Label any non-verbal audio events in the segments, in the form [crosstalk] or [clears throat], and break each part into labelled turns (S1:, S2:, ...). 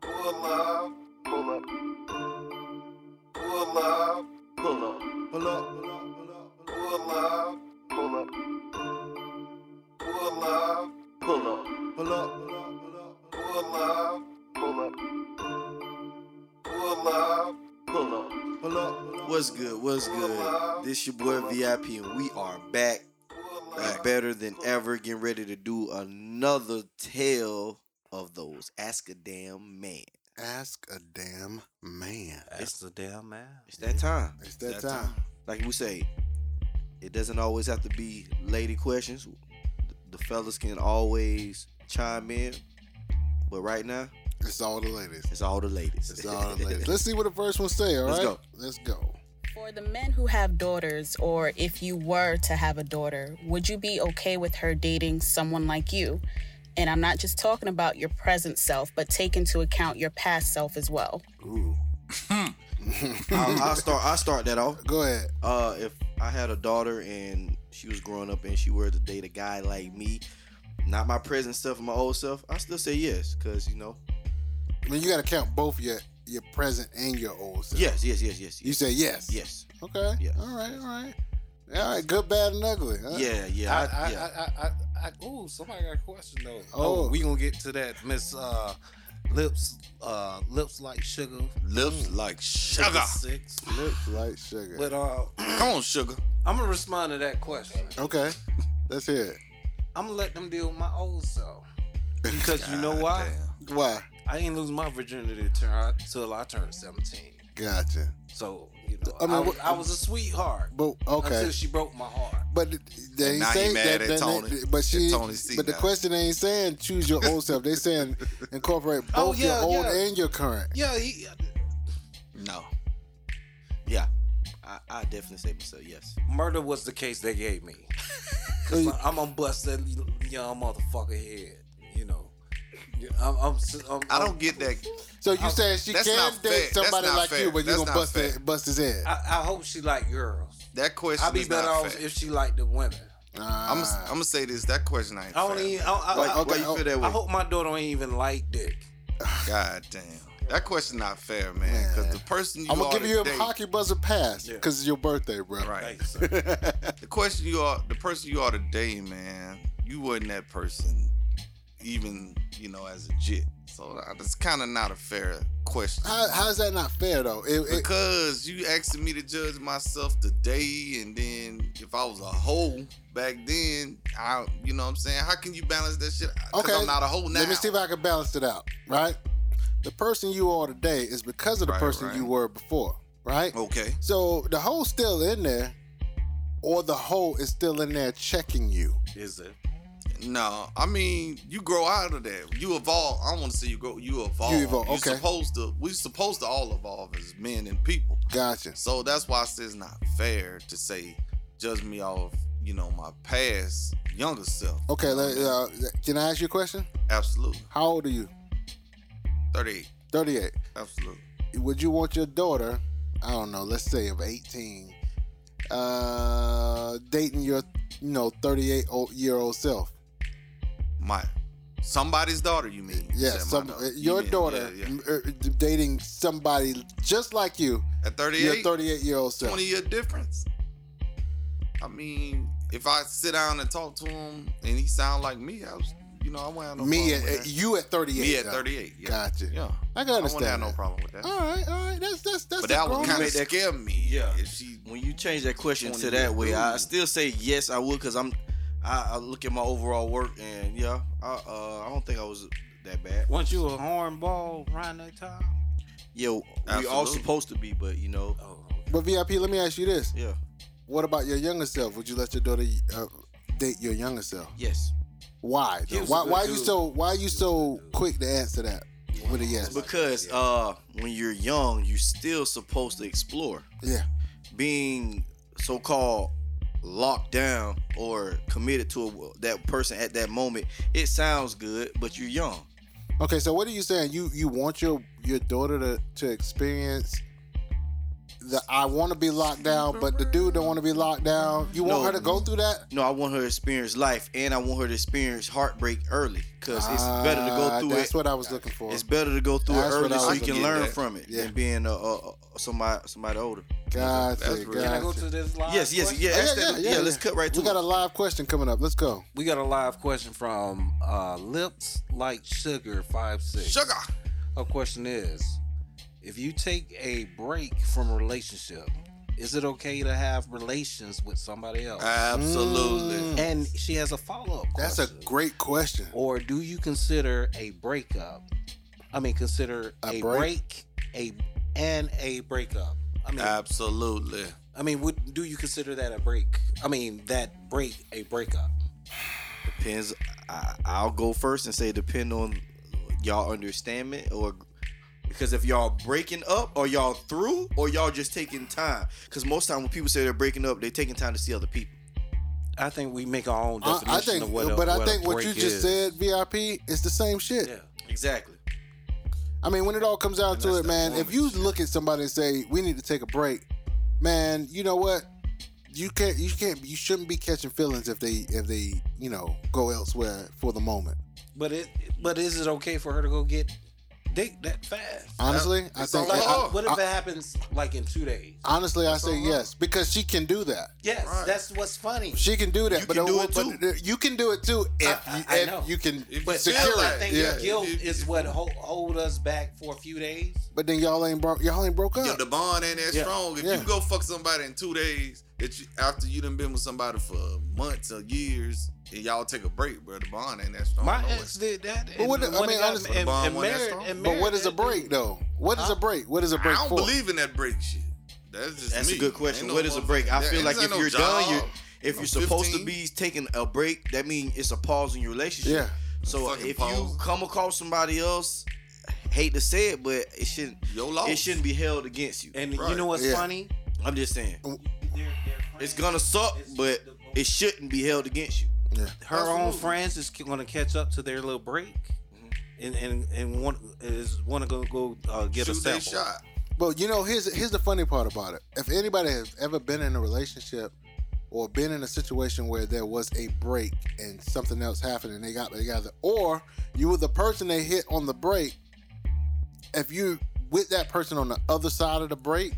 S1: Pull up. Pull up. Pull up. Pull up. Pull up. Pull up. Pull up. Pull up. Pull up. Pull up. Pull up. Pull up. Pull up. Pull up. Pull up.
S2: What's good? What's good? This your boy VIP, and we are back, back better than ever, getting ready to do another tale of those. Ask a damn man.
S3: Ask a damn man.
S2: It's-
S4: It's the damn man.
S2: It's that time.
S3: It's that, time.
S2: Like we say, it doesn't always have to be lady questions. The, the fellas can always chime in, but right now
S3: It's all the ladies.
S2: it's all the ladies.
S3: It's all the
S2: [laughs]
S3: ladies. Let's see what the first one say. All
S2: Let's
S3: right.
S2: go.
S3: Let's go.
S5: For the men who have daughters, or if you were to have a daughter, would you be okay with her dating someone like you? And I'm not just talking about your present self, but take into account your past self as well.
S3: Ooh.
S2: I'll, I'll start. I'll start that off.
S3: Go ahead.
S2: Uh, if I had a daughter and she was growing up and she were to date a guy like me, not my present self, my old self, I still say yes, cause you know,
S3: I mean, you got to count both your your present and your old self.
S2: yes, yes, yes, yes, yes.
S3: You say yes.
S2: yes,
S3: Okay.
S2: Yeah.
S3: All right. All right. All right. Good, bad, and ugly. huh?
S2: yeah, yeah,
S4: I,
S2: I-
S4: I,
S2: yeah.
S4: I, I, I, I, ooh, somebody got a question though.
S3: Oh.
S4: Oh, we gonna get to that, Miss uh, Lips, uh, Lips like sugar, Mm.
S6: Lips like
S4: Sugar
S6: sugar.
S4: six.
S3: Lips like sugar.
S4: But uh, [clears throat]
S6: Come on, sugar.
S4: I'm gonna respond to that question.
S3: Okay. Let's hear
S4: I'm gonna let them deal with my old self because you [laughs] know why?
S3: it. Why?
S4: I ain't lose my virginity till till I turned 17.
S3: Gotcha.
S4: So you know,
S3: I
S4: I,
S3: mean,
S4: was,
S3: what-
S4: I was a sweetheart
S3: But
S4: until
S3: okay.
S4: she broke my heart.
S3: But they ain't
S6: Now he
S3: saying
S6: mad
S3: that.
S6: at
S3: that-
S6: Tony.
S3: that- But she.
S6: At Tony C
S3: but the
S6: now.
S3: question ain't saying choose your old self. They
S6: [laughs]
S3: saying incorporate both
S4: Oh, yeah,
S3: your old
S4: yeah.
S3: and your current.
S4: Yeah, he,
S6: No.
S2: yeah. I, I definitely say myself yes.
S4: murder was the case they gave
S6: [laughs]
S4: me. Cause I- I'm gonna bust that young motherfucker head. You know, Yeah, I'm. I'm, si am
S6: I don't get that.
S3: So you
S4: Oh,
S3: saying she
S6: that's
S3: can
S6: not fair.
S3: date
S6: That's
S3: somebody
S6: not
S3: like
S6: fair.
S3: you, but you
S6: That's
S3: gonna
S6: not
S3: bust
S6: fair.
S3: that, bust his head?
S4: I, I hope she like girls.
S6: That question
S4: I'd be
S6: is
S4: better
S6: not
S4: off
S6: fair.
S4: if she like the women.
S3: Ah.
S6: I'm, I'm gonna say this. That question ain't
S4: I don't
S6: fair.
S4: even. I, I,
S2: Why,
S4: I,
S3: okay,
S2: why
S6: uh,
S2: you feel that way?
S4: I hope my daughter ain't even like dick.
S6: God damn. That question not fair, man. Because the person you
S3: I'm gonna
S6: are
S3: give you a
S6: today-
S3: hockey buzzer pass
S4: Yeah.
S3: because it's your birthday, bro.
S6: Right.
S4: Thanks, sir.
S6: The question you are, the person you are today, man. You wasn't that person, even you know, as a jit. So uh, that's kind of not a fair question.
S3: [laughs] How, how's that not fair though? It, it,
S6: Because you asking me to judge myself today, and then if I was a hoe back then, I, you know what I'm saying? How can you balance that shit? 'Cause
S3: Okay,
S6: I'm not a hoe now.
S3: let me see if I can balance it out. Right. The person you are today is because of the
S6: Right,
S3: person
S6: right.
S3: you were before. Right.
S6: okay.
S3: So the hole's still in there, or the hole is still in there checking you.
S4: Is [laughs] it?
S6: No, I mean you grow out of that. You evolve. I want to say you grow. You evolve.
S3: You evolve,
S6: You're
S3: okay.
S6: supposed to. We supposed to all evolve as men and people.
S3: Gotcha.
S6: So that's why I say it's not fair to say judge me off. You know my past younger self.
S3: Okay. Let, uh, can I ask you a question?
S6: Absolutely.
S3: How old are you?
S6: Thirty-eight.
S3: Thirty-eight.
S6: Absolutely.
S3: would you want your daughter, I don't know, let's say of 18, uh, dating your, you know, 38 old- year old self?
S6: My somebody's daughter. You mean? You
S3: Yeah,
S6: said my
S3: some, uh,
S6: daughter. You
S3: your
S6: mean-
S3: daughter
S6: yeah, yeah.
S3: m- er, dating somebody just like you,
S6: At
S3: Mm-hmm. your
S6: 38,
S3: 38 year old self.
S6: 20 year difference. I mean, if I sit down and talk to him and he sound like me, I was, you know, I wouldn't have no
S3: Me uh,
S6: problem
S3: at,
S6: with
S3: at-
S6: that.
S3: you at 38.
S6: Me at
S3: though.
S6: 38. Yeah.
S3: Gotcha.
S6: Yeah.
S3: I can
S6: I wouldn't have
S3: understand.
S6: no
S3: that.
S6: problem with that.
S3: All right, all right. That's that's that's
S6: but
S3: a
S6: that would
S3: grown
S6: kind of
S2: Made that-
S6: scare me.
S2: Yeah.
S6: If she,
S2: when you change that question to
S6: 20
S2: that way, I
S6: years.
S2: still say yes, I would, cause I'm, I, I look at my overall work and yeah, I, uh, I don't think I was that bad.
S4: Weren't you a hornball around that time?
S2: Yeah, we all
S6: Absolutely.
S2: supposed to be, but you know,
S4: Oh,
S3: But VIP, let me ask you this:
S2: yeah,
S3: What about your younger self? Would you let your daughter uh, date your younger self?
S2: yes,
S3: Why?
S4: He
S3: though?
S4: was a
S3: Why?
S4: good
S3: Why you
S4: dude.
S3: so? Why you
S4: was a
S3: so
S4: good dude.
S3: quick to answer that with a yes?
S2: because
S4: Yeah.
S2: uh, when you're young, you're still supposed to explore.
S3: Yeah.
S2: being so-called locked down or committed to a, that person at that moment, it sounds good, but you're young.
S3: Okay. So what are you saying? You you want your your daughter to to experience the I want to be locked down, but the dude don't want to be locked down. You want
S2: No.
S3: her to go through that?
S2: No, I want her to experience life, and I want her to experience heartbreak early, because it's better to
S3: Ah,
S2: go through
S3: That's
S2: it.
S3: what I was looking for.
S2: It's better to go through
S3: That's
S2: it
S3: what
S2: early
S3: I
S2: so
S3: was
S2: you can
S6: looking
S2: learn
S6: at.
S2: from it
S3: Yeah.
S2: than being a, a, a somebody somebody older.
S3: Gotcha,
S6: That's real.
S4: Can I go
S3: gotcha.
S4: to this live?
S2: Yes, yes,
S4: Uh, question?
S2: yeah.
S3: Oh,
S2: that's that- yeah, let's cut right to
S3: We got
S2: it.
S3: a live question coming up. Let's go.
S4: We got a live question from uh, Lips Like Sugar Five Six.
S6: Sugar.
S4: Her question is: If you take a break from a relationship, is it okay to have relations with somebody else?
S3: Mm.
S6: Absolutely.
S4: and she has a follow up.
S3: That's a great question.
S4: Or do you consider a breakup? I mean, consider
S3: A
S4: a,
S3: break? Uh,
S4: break? a and a breakup. I mean,
S6: Absolutely.
S4: I mean, would do you consider that a break? I mean, that break a breakup?
S2: Depends. I, I'll go first and say depend on y'all understanding or because if y'all breaking up or y'all through or y'all just taking time. Because most time when people say they're breaking up, they're taking time to see other people.
S4: I think we make our own
S3: I,
S4: definition
S3: I think,
S4: of what. A,
S3: but I
S4: what
S3: think
S4: a
S3: what
S4: break
S3: you just
S4: is.
S3: said, VIP, is the same shit.
S4: Yeah.
S2: Exactly.
S3: I mean, when it all comes down
S4: And
S3: to
S4: that's
S3: it,
S4: that
S3: man, if
S4: woman
S3: you
S4: shit.
S3: look at somebody and say, "We need to take a break," man, you know what? You can't, you can't, you shouldn't be catching feelings if they, if they, you know, go elsewhere for the moment.
S4: But it, but is it okay for her to go get dick that fast?
S3: Honestly, I
S6: it's
S3: think,
S6: all
S3: I- I-
S6: her.
S4: What if it happens like in two days?
S3: honestly, I say
S6: all her.
S3: yes because she can do that.
S4: Yes,
S6: Right.
S4: that's what's funny.
S3: She can do that,
S6: You
S3: but,
S6: can
S3: it
S6: do
S3: will-
S6: it
S3: but
S6: too.
S3: th- you can do it too if,
S4: I-
S3: you-
S4: I
S3: if
S4: know.
S3: you can
S6: If
S4: But
S6: you
S3: secure
S6: feel
S3: it.
S4: I think
S3: yeah.
S4: the guilt
S6: If-
S4: is
S6: if-
S4: what hold, hold us back for a few days.
S3: But then y'all ain't broke. Y'all ain't broke up.
S6: Yeah, the bond ain't that
S4: Yeah.
S6: strong. If
S3: Yeah.
S6: you go fuck somebody in two days, that you, after you done been with somebody for months or years, and y'all take a break, bro, the bond ain't that strong.
S4: My
S6: no way.
S4: ex did that.
S3: But what- I
S4: when
S3: mean,
S4: it got-
S3: honestly-
S4: and-
S6: Bond
S4: and
S6: one that's
S4: married-
S6: strong.
S4: and
S3: but
S4: married-
S3: what is a break though? What is
S4: Huh?
S3: a break? What is a break
S6: I don't
S3: for?
S6: believe in that break shit. That's just
S2: That's
S6: me.
S2: a good
S6: Ain't
S2: question.
S6: no
S2: what is a break? I
S6: motherfucking-
S2: feel
S6: Yeah,
S2: like
S6: ain't
S2: if
S6: no
S2: you're
S6: job.
S2: done, you're if
S6: I'm
S2: you're supposed to
S6: 15.
S2: be taking a break, that means it's a pause in your relationship.
S3: Yeah.
S2: So
S6: Fucking
S2: if
S6: pause.
S2: you come across somebody else, hate to say it, but it shouldn't
S6: Your loss.
S2: it shouldn't be held against you.
S4: And you
S6: Right.
S4: know what's
S3: Yeah.
S4: funny?
S2: I'm just saying. It's gonna suck, but it shouldn't be held against you.
S4: Her own friends is going to catch up to their little break,
S3: Mm-hmm.
S4: and and and one is want to go go uh, get a
S6: Shoot they
S4: sample.
S6: shot.
S3: But you know, here's here's the funny part about it. If anybody has ever been in a relationship or been in a situation where there was a break and something else happened and they got together, or you were the person they hit on the break, if you with that person on the other side of the break,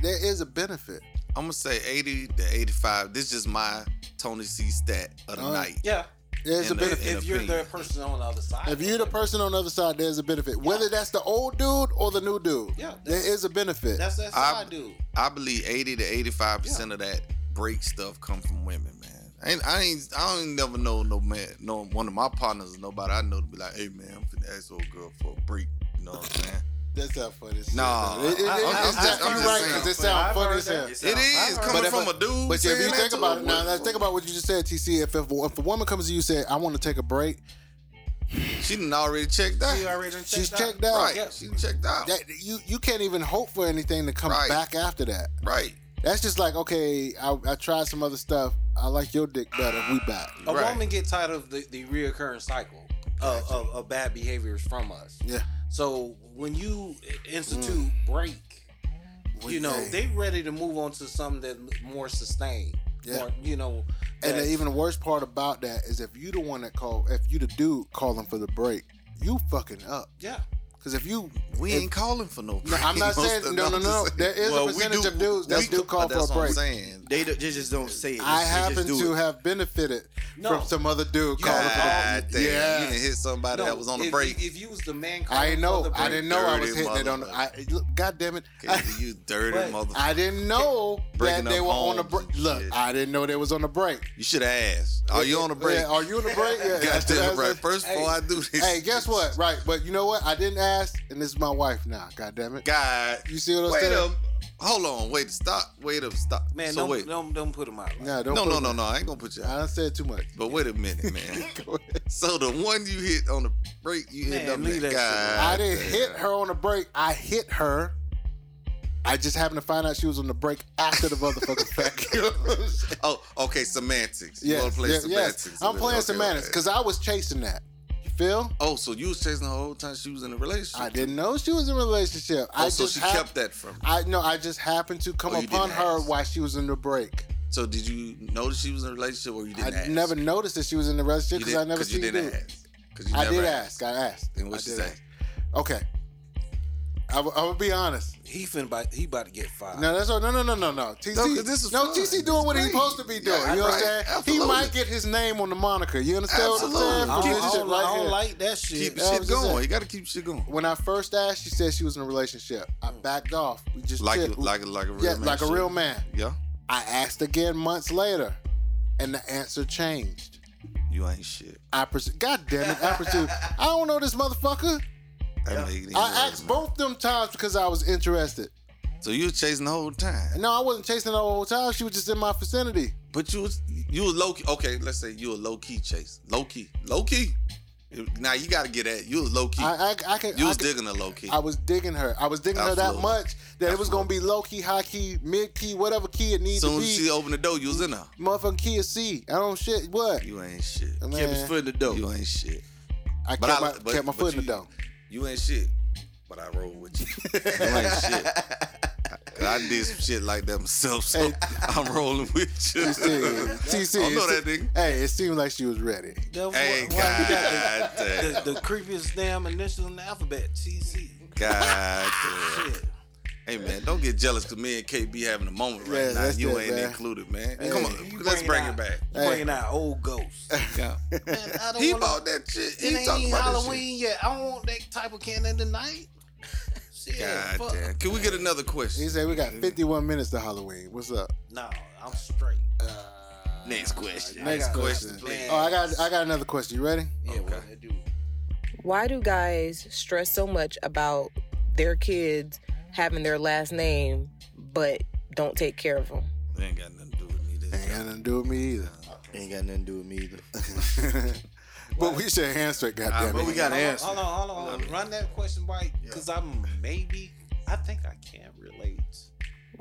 S3: there is a benefit.
S6: I'm gonna say 80 to 85. This is my Tony C stat of the
S3: Uh,
S6: night.
S4: Yeah,
S3: There's a
S6: And the-
S3: benefit.
S6: In
S4: if you're the
S6: opinion.
S4: person on the other side.
S3: If you're the person on the other side, there's a benefit. Whether that's the old dude or the new dude,
S4: Yeah,
S3: there
S4: that's-
S3: is a benefit.
S4: that's that's how I do.
S6: I believe 80 to 85 percent of that break stuff come from women, man. I ain't, I ain't, I don't never know no man, no one of my partners, or nobody I know to be like, hey man, I'm finna ask old girl for a break. You know what I'm
S3: [laughs]
S6: saying?
S3: That's how funny. as shit.
S6: Nah,
S3: it, it, it,
S4: I-
S3: it's-
S4: I'm
S6: just-
S3: you're
S6: I'm just
S3: right
S6: saying.
S3: because it sounds funny as hell.
S6: It is coming
S3: But if
S6: from
S3: a-
S6: a dude.
S3: But yeah, if
S6: saying
S3: you
S6: that
S3: think
S6: to
S3: about
S6: a
S3: it now,
S6: woman,
S3: now think about what you just said, TC. If, if if a woman comes to you and say, "I want to take a break,"
S6: She done already checked out.
S4: She already done
S3: she's
S4: out.
S3: checked out.
S6: right.
S4: Yeah.
S6: She done checked out.
S3: That you you can't even hope for anything to come
S6: Right.
S3: back after that.
S6: right.
S3: That's just like, okay, I, I tried some other stuff. I like your dick better. We back.
S4: A
S6: Right.
S4: woman get tired of the, the reoccurring cycle of, of, of bad behaviors from us.
S3: Yeah. Mm.
S4: So when you institute break,
S3: We-
S4: you know
S3: hey.
S4: they ready to move on to something that more sustained.
S3: Yeah.
S4: More, you know.
S3: And
S4: that-
S3: the even worst part about that is if you the one that call, if you the dude calling for the break, you fucking up.
S4: yeah.
S3: Because if you,
S6: We
S3: if-
S6: ain't calling for no.
S3: no,
S6: break. [laughs]
S3: I'm not
S6: Most
S3: saying
S6: of
S3: no, no,
S6: them [laughs]
S3: no.
S6: just-
S3: There is
S2: Well,
S3: a
S2: we
S3: percentage
S6: do-
S3: of dudes
S6: we
S3: that do
S6: could-
S3: call for a
S6: that's what
S3: break.
S6: I'm saying.
S2: They, do, they just don't say it.
S3: I
S2: They
S3: happen
S2: just do
S3: to
S2: it.
S3: have benefited
S4: No.
S3: from some other dude
S4: You
S3: calling
S4: have-
S3: for the
S6: God damn,
S3: Yeah.
S6: you done hit somebody
S4: No,
S6: that was on the
S4: if-
S6: break.
S4: If, if you was the man, calling
S3: I
S4: for
S3: know.
S4: the
S3: I
S4: break,
S3: didn't know I was
S6: Dirty
S3: hitting it on. The, I look, God damn it! I,
S6: Okay, you dirty
S4: But-
S6: motherfucker.
S3: I didn't know that
S6: Breaking
S3: they
S6: up
S3: were on a
S6: homes
S3: break.
S6: and
S3: Look,
S6: shit.
S3: I didn't know they was on a break.
S6: You should have asked. Are you on a break?
S3: Yeah, are you on a break?
S6: [laughs]
S3: Yeah.
S6: God damn
S3: that's-
S6: it, right. First
S4: Hey.
S6: before I do this.
S3: Hey, guess what? Right, but you know what? I didn't ask, and this is my wife now. God damn it!
S6: God.
S3: You see what I'm
S6: Wait
S3: saying?
S6: up. Hold on. Wait. Stop. Wait up. Stop.
S4: Man,
S6: so
S4: don't,
S6: wait.
S4: don't don't put him out.
S3: Nah, don't
S6: no,
S3: put
S6: no,
S3: it-
S6: no, no. I ain't gonna put you
S3: I
S6: out.
S3: done said too much.
S6: But wait
S3: [laughs]
S6: a minute, man. so the one you hit on the break, you hit
S4: Man,
S6: up
S4: leave
S6: that
S4: that shit
S6: guy.
S3: I didn't hit her on the break. I hit her. I just happened to find out she was on the break after the
S6: [laughs]
S3: motherfucking [laughs] fact. You know what I'm saying?
S6: Oh, okay. Semantics. You
S3: Yes,
S6: wanna play
S3: yes, yes.
S6: semantics?
S3: I'm
S6: with it.
S3: playing
S6: Okay,
S3: semantics
S6: okay.
S3: because I was chasing that. You Phil,
S6: Oh, so you was chasing her the whole time she was in a relationship?
S3: I didn't know she was in a relationship.
S6: Oh,
S3: I
S6: so
S3: just
S6: she
S3: hap-
S6: kept that from. You.
S3: I no, I just happened to come
S6: Oh, you
S3: upon
S6: didn't
S3: her
S6: ask.
S3: while she was in the break.
S6: So did you notice she was in a relationship, or you didn't?
S3: I
S6: ask?
S3: never noticed that she was in the relationship because I
S6: didn't-
S3: never
S6: 'cause you
S3: seen it.
S6: didn't ask. 'Cause you
S3: I
S6: never
S3: did ask.
S6: asked.
S3: I asked.
S6: And what
S3: I
S6: she
S3: did
S6: say?
S3: ask. Okay. I w- I will be honest.
S4: He finna about he about to get fired.
S3: No, that's all. No, no, no, no, no. TC,
S6: Uh, No,
S3: no,
S6: 'cause this is fun.
S3: TC doing what he's
S6: Great.
S3: supposed to be doing.
S6: Yeah,
S3: you know what
S6: right.
S3: I'm saying?
S6: Absolutely.
S3: He might get his name on the moniker. You understand what
S6: Absolutely.
S3: I'm saying?
S4: I
S3: From
S4: don't,
S3: this
S4: I
S3: shit
S4: don't-
S3: right
S4: I don't
S3: here.
S4: like that
S6: Keep
S4: shit.
S6: the
S3: Yeah, I
S6: shit
S3: was just
S6: going.
S3: saying.
S6: You got to keep shit going.
S3: when I first asked, she said she was in a relationship. I backed off. We just
S6: Mm. Like,
S3: chilled.
S6: like, like a real
S3: yeah,
S6: man.
S3: like a
S6: should.
S3: real man.
S6: Yeah,
S3: I asked again months later, and the answer changed.
S6: you ain't shit.
S3: I pursued. God damn it! I pursued. I don't know this motherfucker.
S6: That nigga didn't know
S3: I
S6: that,
S3: asked
S6: man.
S3: both them times because I was interested.
S6: So you was chasing the whole time,
S3: No, I wasn't chasing her the whole time. She was just in my vicinity.
S6: but you was you was low key. Okay, let's say you a low key chase, low key, low key. Now you got to get at you was low key.
S3: I, I, I can.
S6: you
S3: I
S6: was
S3: can-
S6: digging a low key.
S3: I was digging her. I was digging her that
S6: Absolutely.
S3: much that it was gonna be low key, high key, mid key, whatever key it needs to
S6: Soon
S3: be.
S6: as she opened the door, you was in her.
S3: Motherfucking key is C. I don't shit. What?
S6: You ain't shit.
S3: Man,
S2: Kept his foot in the door.
S6: You ain't shit.
S3: I
S6: but
S3: kept
S6: I-
S3: my,
S6: but-
S3: kept my
S6: but
S3: foot in
S6: you-
S3: the door.
S6: You ain't shit. But I roll with you. you ain't shit. [laughs] I did some shit like that myself, so
S3: Hey.
S6: I'm rolling with you. [laughs]
S3: TC, TC.
S6: I know
S3: it
S6: that
S3: se-
S6: nigga.
S3: Hey, it seemed like she was ready.
S4: That- why- why
S6: Hey,
S4: you got
S6: God
S4: the,
S6: damn.
S4: the, the creepiest damn initial in the alphabet, TC. [laughs]
S6: God damn.
S4: Shit.
S6: Hey man, don't get jealous because me and KB having a moment right
S3: Yeah,
S6: now.
S3: that's
S6: You
S3: it,
S6: ain't
S3: man.
S6: included, man.
S3: Hey,
S6: Come
S4: you
S6: on, let's bring it
S4: out-
S6: back.
S4: you
S3: Hey.
S4: Bringing out old ghosts. Man, I don't
S6: [laughs] He
S4: wanna-
S6: bought that shit.
S4: It
S6: He
S4: ain't
S6: talking
S4: even
S6: about that shit.
S4: Halloween yet. I don't want that type of candy tonight. Shit,
S6: God
S4: fuck.
S6: damn. Can we get another
S3: He
S6: question?
S3: said we got 51 minutes to Halloween. What's up?
S4: No, I'm straight. Uh,
S6: Next question.
S4: I
S3: Next
S4: got-
S3: question.
S6: please.
S3: Oh, I got I got another question. You ready?
S4: Yeah, well,
S6: Okay.
S4: I do.
S7: Why do guys stress so much about their kids having their last name but don't take care of them?
S6: They ain't got nothing to do with me. This
S3: Ain't got nothing to do with me either.
S2: Ain't got nothing to do with me either.
S3: [laughs] but we should answer it.
S6: Ah,
S3: Goddamn
S6: but
S3: it.
S6: we got
S4: Hold
S6: an
S4: on,
S6: answer.
S4: Hold on, hold on.
S6: Love it.
S4: Run that question by because I'm maybe. I think I can relate.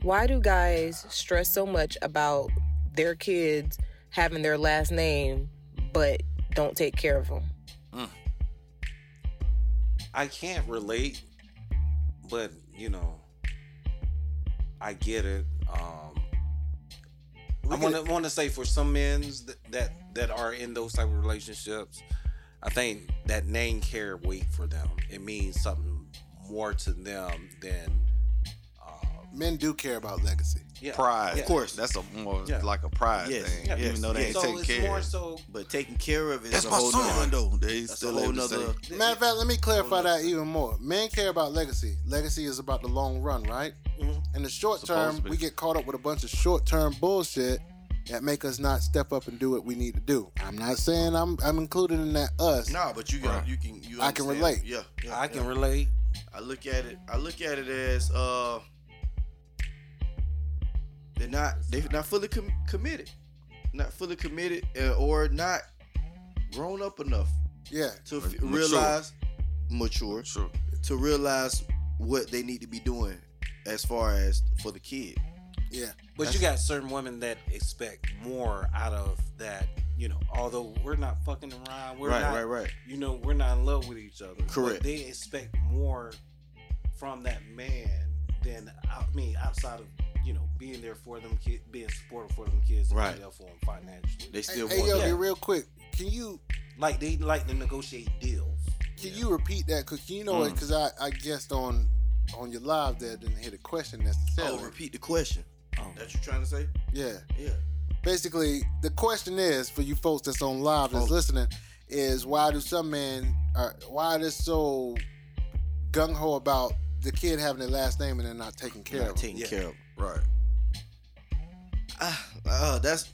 S7: Why do guys stress so much about their kids having their last name but don't take care of them?
S4: I can't relate, but you know, I get it. Um, I
S3: get
S4: want to want to say for some men that, that that are in those type of relationships, I think that name carry weight for them. It means something more to them than uh,
S3: Men do care about legacy.
S4: yeah,
S6: Pride,
S4: Yeah.
S6: That's a more
S4: Yeah.
S6: like a pride
S2: Yes.
S6: thing.
S4: Yeah.
S6: Even though they ain't
S4: so
S6: taking
S4: it's
S6: care.
S4: more
S6: of it.
S4: so
S2: [laughs] But taking care of it is
S6: That's
S2: a
S6: my
S2: whole
S6: son,
S2: nother.
S6: though. They
S2: That's a
S6: still
S2: whole
S6: able to say.
S2: nother.
S3: Matter of fact, let me clarify that even more. Men care about legacy. Legacy is about the long run, right?
S2: Mm-hmm.
S4: Mhm.
S3: In the short
S6: Supposed
S3: term,
S6: to be.
S3: we get caught up with a bunch of short term bullshit that make us not step up and do what we need to do. I'm not saying I'm I'm included in that us.
S2: Nah, but you can,
S6: Right.
S2: you can, you.
S3: I can
S2: understand.
S3: relate.
S2: Yeah, yeah,
S4: I can
S2: yeah.
S4: relate.
S2: I look at it. I look at it as uh, they're not they're not fully com- committed, not fully committed, uh, or not grown up enough
S3: Yeah.
S2: to f-
S6: Mature.
S2: realize mature
S6: Sure.
S2: to realize what they need to be doing as far as for the kid.
S3: Yeah.
S4: But you got certain women that expect more out of that, you know. Although we're not fucking around, we're
S2: right,
S4: not,
S2: right, right.
S4: you know, we're not in love with each other. but
S2: Correct.
S4: they expect more from that man than I mean, outside of you know being there for them, kid, being supportive for them kids, and
S2: Right.
S4: being there for them financially.
S2: They
S3: Hey,
S2: still
S3: hey,
S2: want
S3: yo,
S2: that.
S3: be real quick. Can you
S4: like they like to negotiate deals.
S3: can you repeat that? Cause you know it. Cause I I guessed on on your live there didn't hear the question
S2: Oh,
S3: necessarily.
S2: repeat the question
S4: Oh.
S2: that you're trying to say.
S3: yeah.
S2: Yeah.
S3: basically the question is for you folks that's on live that's
S2: Oh.
S3: listening is why do some men are why are they so gung ho about the kid having their last name and they're not taking care
S2: Not
S3: of it?
S2: taking
S4: Yeah.
S2: care of.
S6: Right.
S2: Ah, uh, that's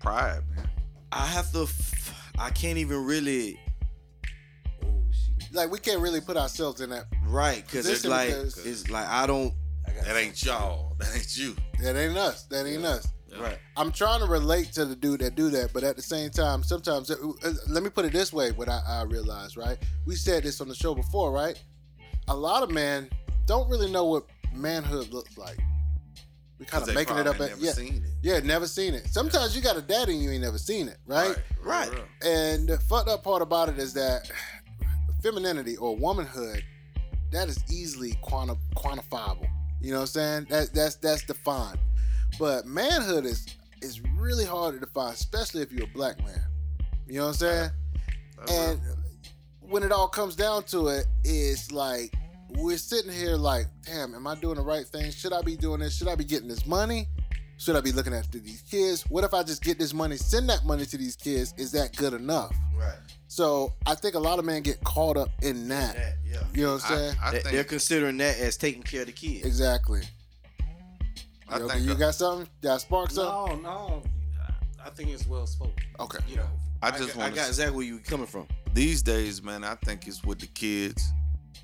S6: Pride, man.
S2: I have to. F- I can't even really
S4: Oh, she,
S3: Like we can't really put ourselves in that.
S2: right because it's
S3: Position
S2: like
S3: because-
S2: it's like I don't
S4: I got
S6: That ain't y'all. [laughs] That ain't you.
S3: That ain't us. That ain't us.
S2: right.
S3: I'm trying to relate to the dude that do that, but at the same time, sometimes uh, uh, let me put it this way: what I, I realized, right? We said this on the show before, right? A lot of men don't really know what manhood looks like. we kind of making it up. At,
S6: never
S3: yeah,
S6: seen it.
S3: yeah, never seen it. Sometimes you got a daddy and you ain't never seen it, right?
S2: Right.
S6: real.
S3: And the fucked up part about it is that femininity or womanhood, that is easily quanti- quantifiable. You know what I'm saying? That, that's that's defined. But manhood is is really hard to define, especially if you're a black man. You know what I'm saying?
S6: That's
S3: And
S6: real.
S3: when it all comes down to it, it's like we're sitting here like, damn, am I doing the right thing? Should I be doing this? Should I be getting this money? Should I be looking after these kids? What if I just get this money, send that money to these kids? Is that good enough?
S2: Right.
S3: So I think a lot of men get caught up in that.
S2: That, yeah.
S3: You know what I'm saying?
S6: I, I
S2: They-
S6: think
S2: They're considering that as taking care of the kids.
S3: exactly.
S6: I
S3: Yo,
S6: think
S3: you
S6: a-
S3: got something? Got sparks up?
S4: no, no. I think it's well spoken.
S3: Okay.
S4: You know,
S6: I just
S2: got-
S6: want
S2: I got
S6: to.
S2: exactly where you coming from.
S6: These days, man, I think it's with the kids.